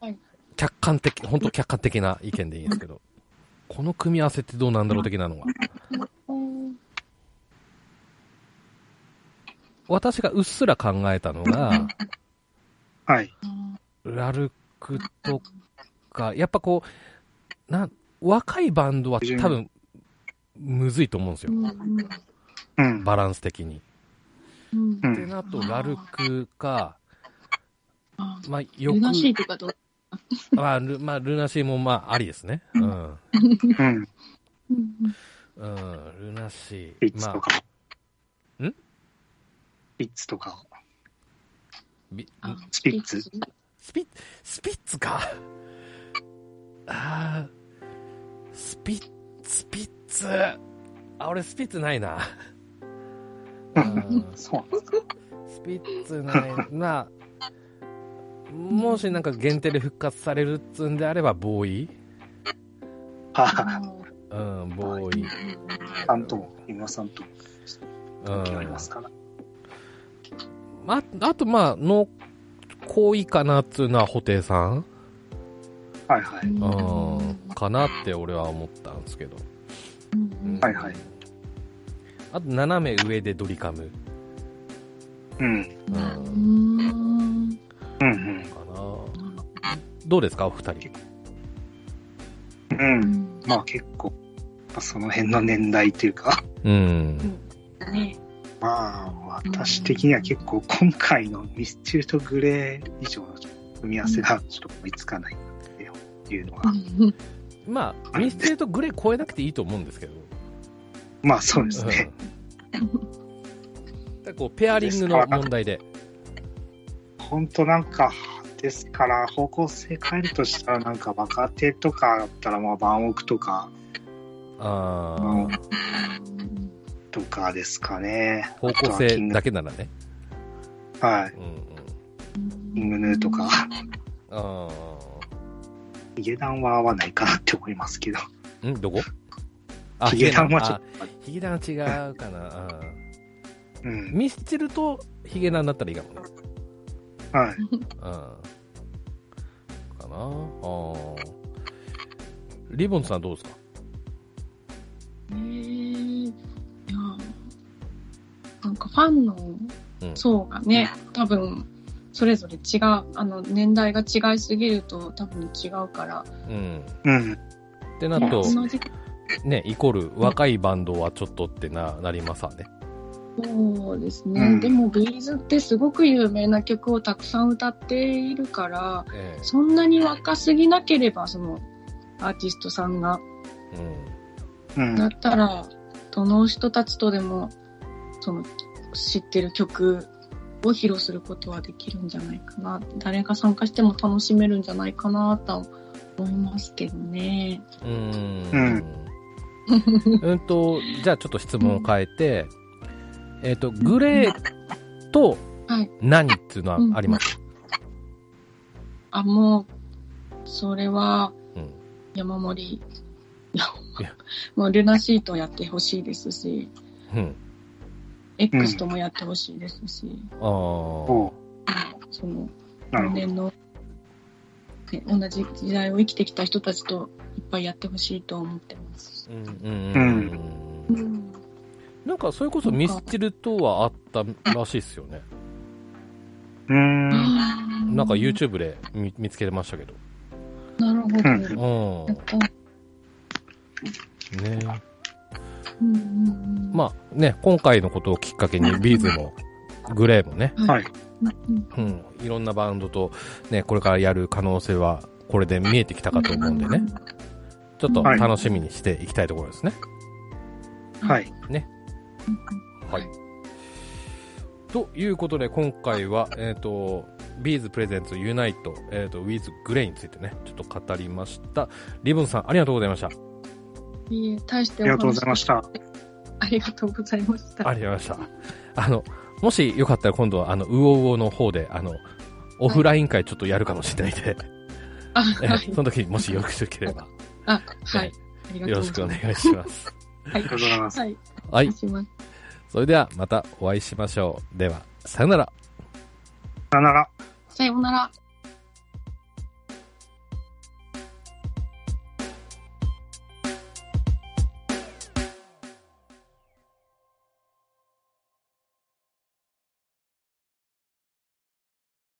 Speaker 1: あ、
Speaker 3: はい
Speaker 1: 客観的、本当客観的な意見でいいんですけど、この組み合わせってどうなんだろう的なのが。私がうっすら考えたの が、
Speaker 2: はい。
Speaker 1: ラルクとか、やっぱこう、なん、若いバンドは多分、むずいと思うんですよ。
Speaker 2: うん。
Speaker 1: バランス的に。
Speaker 2: う
Speaker 1: って
Speaker 2: ん。
Speaker 1: なと、ラルクか、まあ、よ
Speaker 3: ル
Speaker 1: く、
Speaker 3: ナシーとかどう
Speaker 1: まあ、ルまあ、ルナシーもまあ、ありですね。うん。
Speaker 2: うん。
Speaker 1: うん、ルナシ
Speaker 2: ピ
Speaker 1: ー。
Speaker 2: ッツと
Speaker 1: まあ、
Speaker 2: か。
Speaker 1: ん
Speaker 2: ピッツとか。
Speaker 1: ビ
Speaker 3: あ
Speaker 2: スピッツ
Speaker 1: スピッ、スピッツか。あースピッ、スピッツ。あ、俺スピッツないな。うん
Speaker 2: そう。
Speaker 1: スピッツないな。もしなんか限定で復活されるっつうんであれば、ボーイ
Speaker 2: あ
Speaker 1: うん、ボーイ。
Speaker 2: あ、さんとも、今さんとも、
Speaker 1: うん
Speaker 2: 決まりますから。
Speaker 1: ああと、まあ、の、好意かなっつうのは、布袋さん
Speaker 2: はいはい。
Speaker 1: うん、かなって俺は思ったんですけど。うん
Speaker 2: はいはい。
Speaker 1: あと、斜め上でドリカム。
Speaker 2: うん。
Speaker 1: うん
Speaker 2: うん
Speaker 1: かなどうですかお二人
Speaker 2: うん。うん。まあ結構、まあその辺の年代という か、
Speaker 1: うん
Speaker 2: まあ私的には結構今回のミスチルとグレー以上の組み合わせがちょっと追いつかないなっていうのが、
Speaker 1: まあミステルとグレー超えなくていいと思うんですけど、
Speaker 2: まあそうです
Speaker 1: うん、
Speaker 2: ね。
Speaker 1: だからこうペアリングの問題で
Speaker 2: 本当なんか、ですから方向性変えるとしたらなんか若手とかだったらまあバンオクとか、
Speaker 1: あ
Speaker 2: う
Speaker 1: ー
Speaker 2: んとかですかね。
Speaker 1: 方向性だけならね、
Speaker 2: はい。
Speaker 1: うんうん、
Speaker 2: キングヌーとか、
Speaker 1: あ
Speaker 2: ヒゲダンは合わないかなって思いますけど。
Speaker 1: ーんどこあ
Speaker 2: ヒゲダンはちょ
Speaker 1: あ
Speaker 2: っ
Speaker 1: ヒゲダンは違うかなあー
Speaker 2: と、うん。
Speaker 1: ミスチルとヒゲダンだったらいいかもね
Speaker 2: は
Speaker 1: う
Speaker 2: い。
Speaker 1: んかなあーリボンさんどうですか
Speaker 3: えーいやなんかファン
Speaker 1: うん
Speaker 3: の層がね、多分それぞれ違うあの年代が違いすぎると多分違うから
Speaker 1: うん
Speaker 2: うん。
Speaker 1: ってな
Speaker 3: ね
Speaker 1: と
Speaker 3: 同じ
Speaker 1: ね、イコール若いバンドはちょっとってな、なりますわね。
Speaker 3: そうですね、
Speaker 2: うん
Speaker 3: でもビーズってすごく有名な曲をたくさん歌っているから
Speaker 1: え
Speaker 3: そんなに若すぎなければそのアーティストさんが
Speaker 1: えうん
Speaker 2: うん。
Speaker 3: だったらどの人たちとでもその知ってる曲を披露することはできるんじゃないかな誰が参加しても楽しめるんじゃないかなとは思いますけどね。
Speaker 1: うーん。うんと、じゃあちょっと質問を変えて、えっ、と、グレーと
Speaker 3: はい
Speaker 1: 何っていうのはあります。
Speaker 3: あもうそれは
Speaker 1: うん。
Speaker 3: 山盛り いや
Speaker 1: いや
Speaker 3: もうルナシートやってほしいですし
Speaker 1: うん。
Speaker 3: X ともやってほしいですし、
Speaker 1: あー
Speaker 2: おう
Speaker 3: その
Speaker 2: なるほど。
Speaker 3: 年の、ね同じ時代を生きてきた人たちといっぱいやってほしいと思ってます。
Speaker 1: うんうんうんうん。なんか、それこそミスチルとはあったらしいですよね。
Speaker 2: うーん。
Speaker 1: なんか YouTube で見見つけれましたけど。
Speaker 3: なるほど。
Speaker 2: うん
Speaker 1: う
Speaker 3: や
Speaker 1: ん
Speaker 3: っ。ぱ
Speaker 1: ね
Speaker 3: うんうんうん
Speaker 1: まあね、今回のことをきっかけ にビーズも、グレーもね、
Speaker 2: はい。
Speaker 3: うん
Speaker 1: うん、いろんなバンドと、ね、これからやる可能性は、これで見えてきたかと思うんでね、ちょっと
Speaker 2: はい
Speaker 1: 楽しみにしていきたいところですね。
Speaker 2: はい。
Speaker 1: はい。ということで、今回は、えっ、と、ビーズプレゼンツユナイト、えっ、と、ウィズグレイについてね、ちょっと語りました。リボンさん、ありがとうございました。
Speaker 3: いいえ、大して
Speaker 2: あり
Speaker 3: お話
Speaker 2: がとうございました。
Speaker 3: ありがとうございまし た。
Speaker 1: ありがとうございました。あの、もしよかったら今度は、あの、ウオウオの方で、あの、オフライン会ちょっとやるかもしれないんで、
Speaker 3: あ、
Speaker 1: え
Speaker 3: は
Speaker 1: ー
Speaker 3: い
Speaker 1: そ。の時にもしよろしければ、
Speaker 3: あ、はい。ありが
Speaker 1: よろ
Speaker 3: とうご
Speaker 1: しく
Speaker 3: ざい
Speaker 1: お
Speaker 3: ま
Speaker 1: 願
Speaker 3: す。
Speaker 1: いします。
Speaker 3: はい。
Speaker 2: ありがとうございます。
Speaker 3: はい。
Speaker 1: は
Speaker 3: お
Speaker 1: い
Speaker 3: 願い。します。
Speaker 1: それではまたお会いしましょう。では、さよなら。
Speaker 2: さよなら。
Speaker 3: さようなら。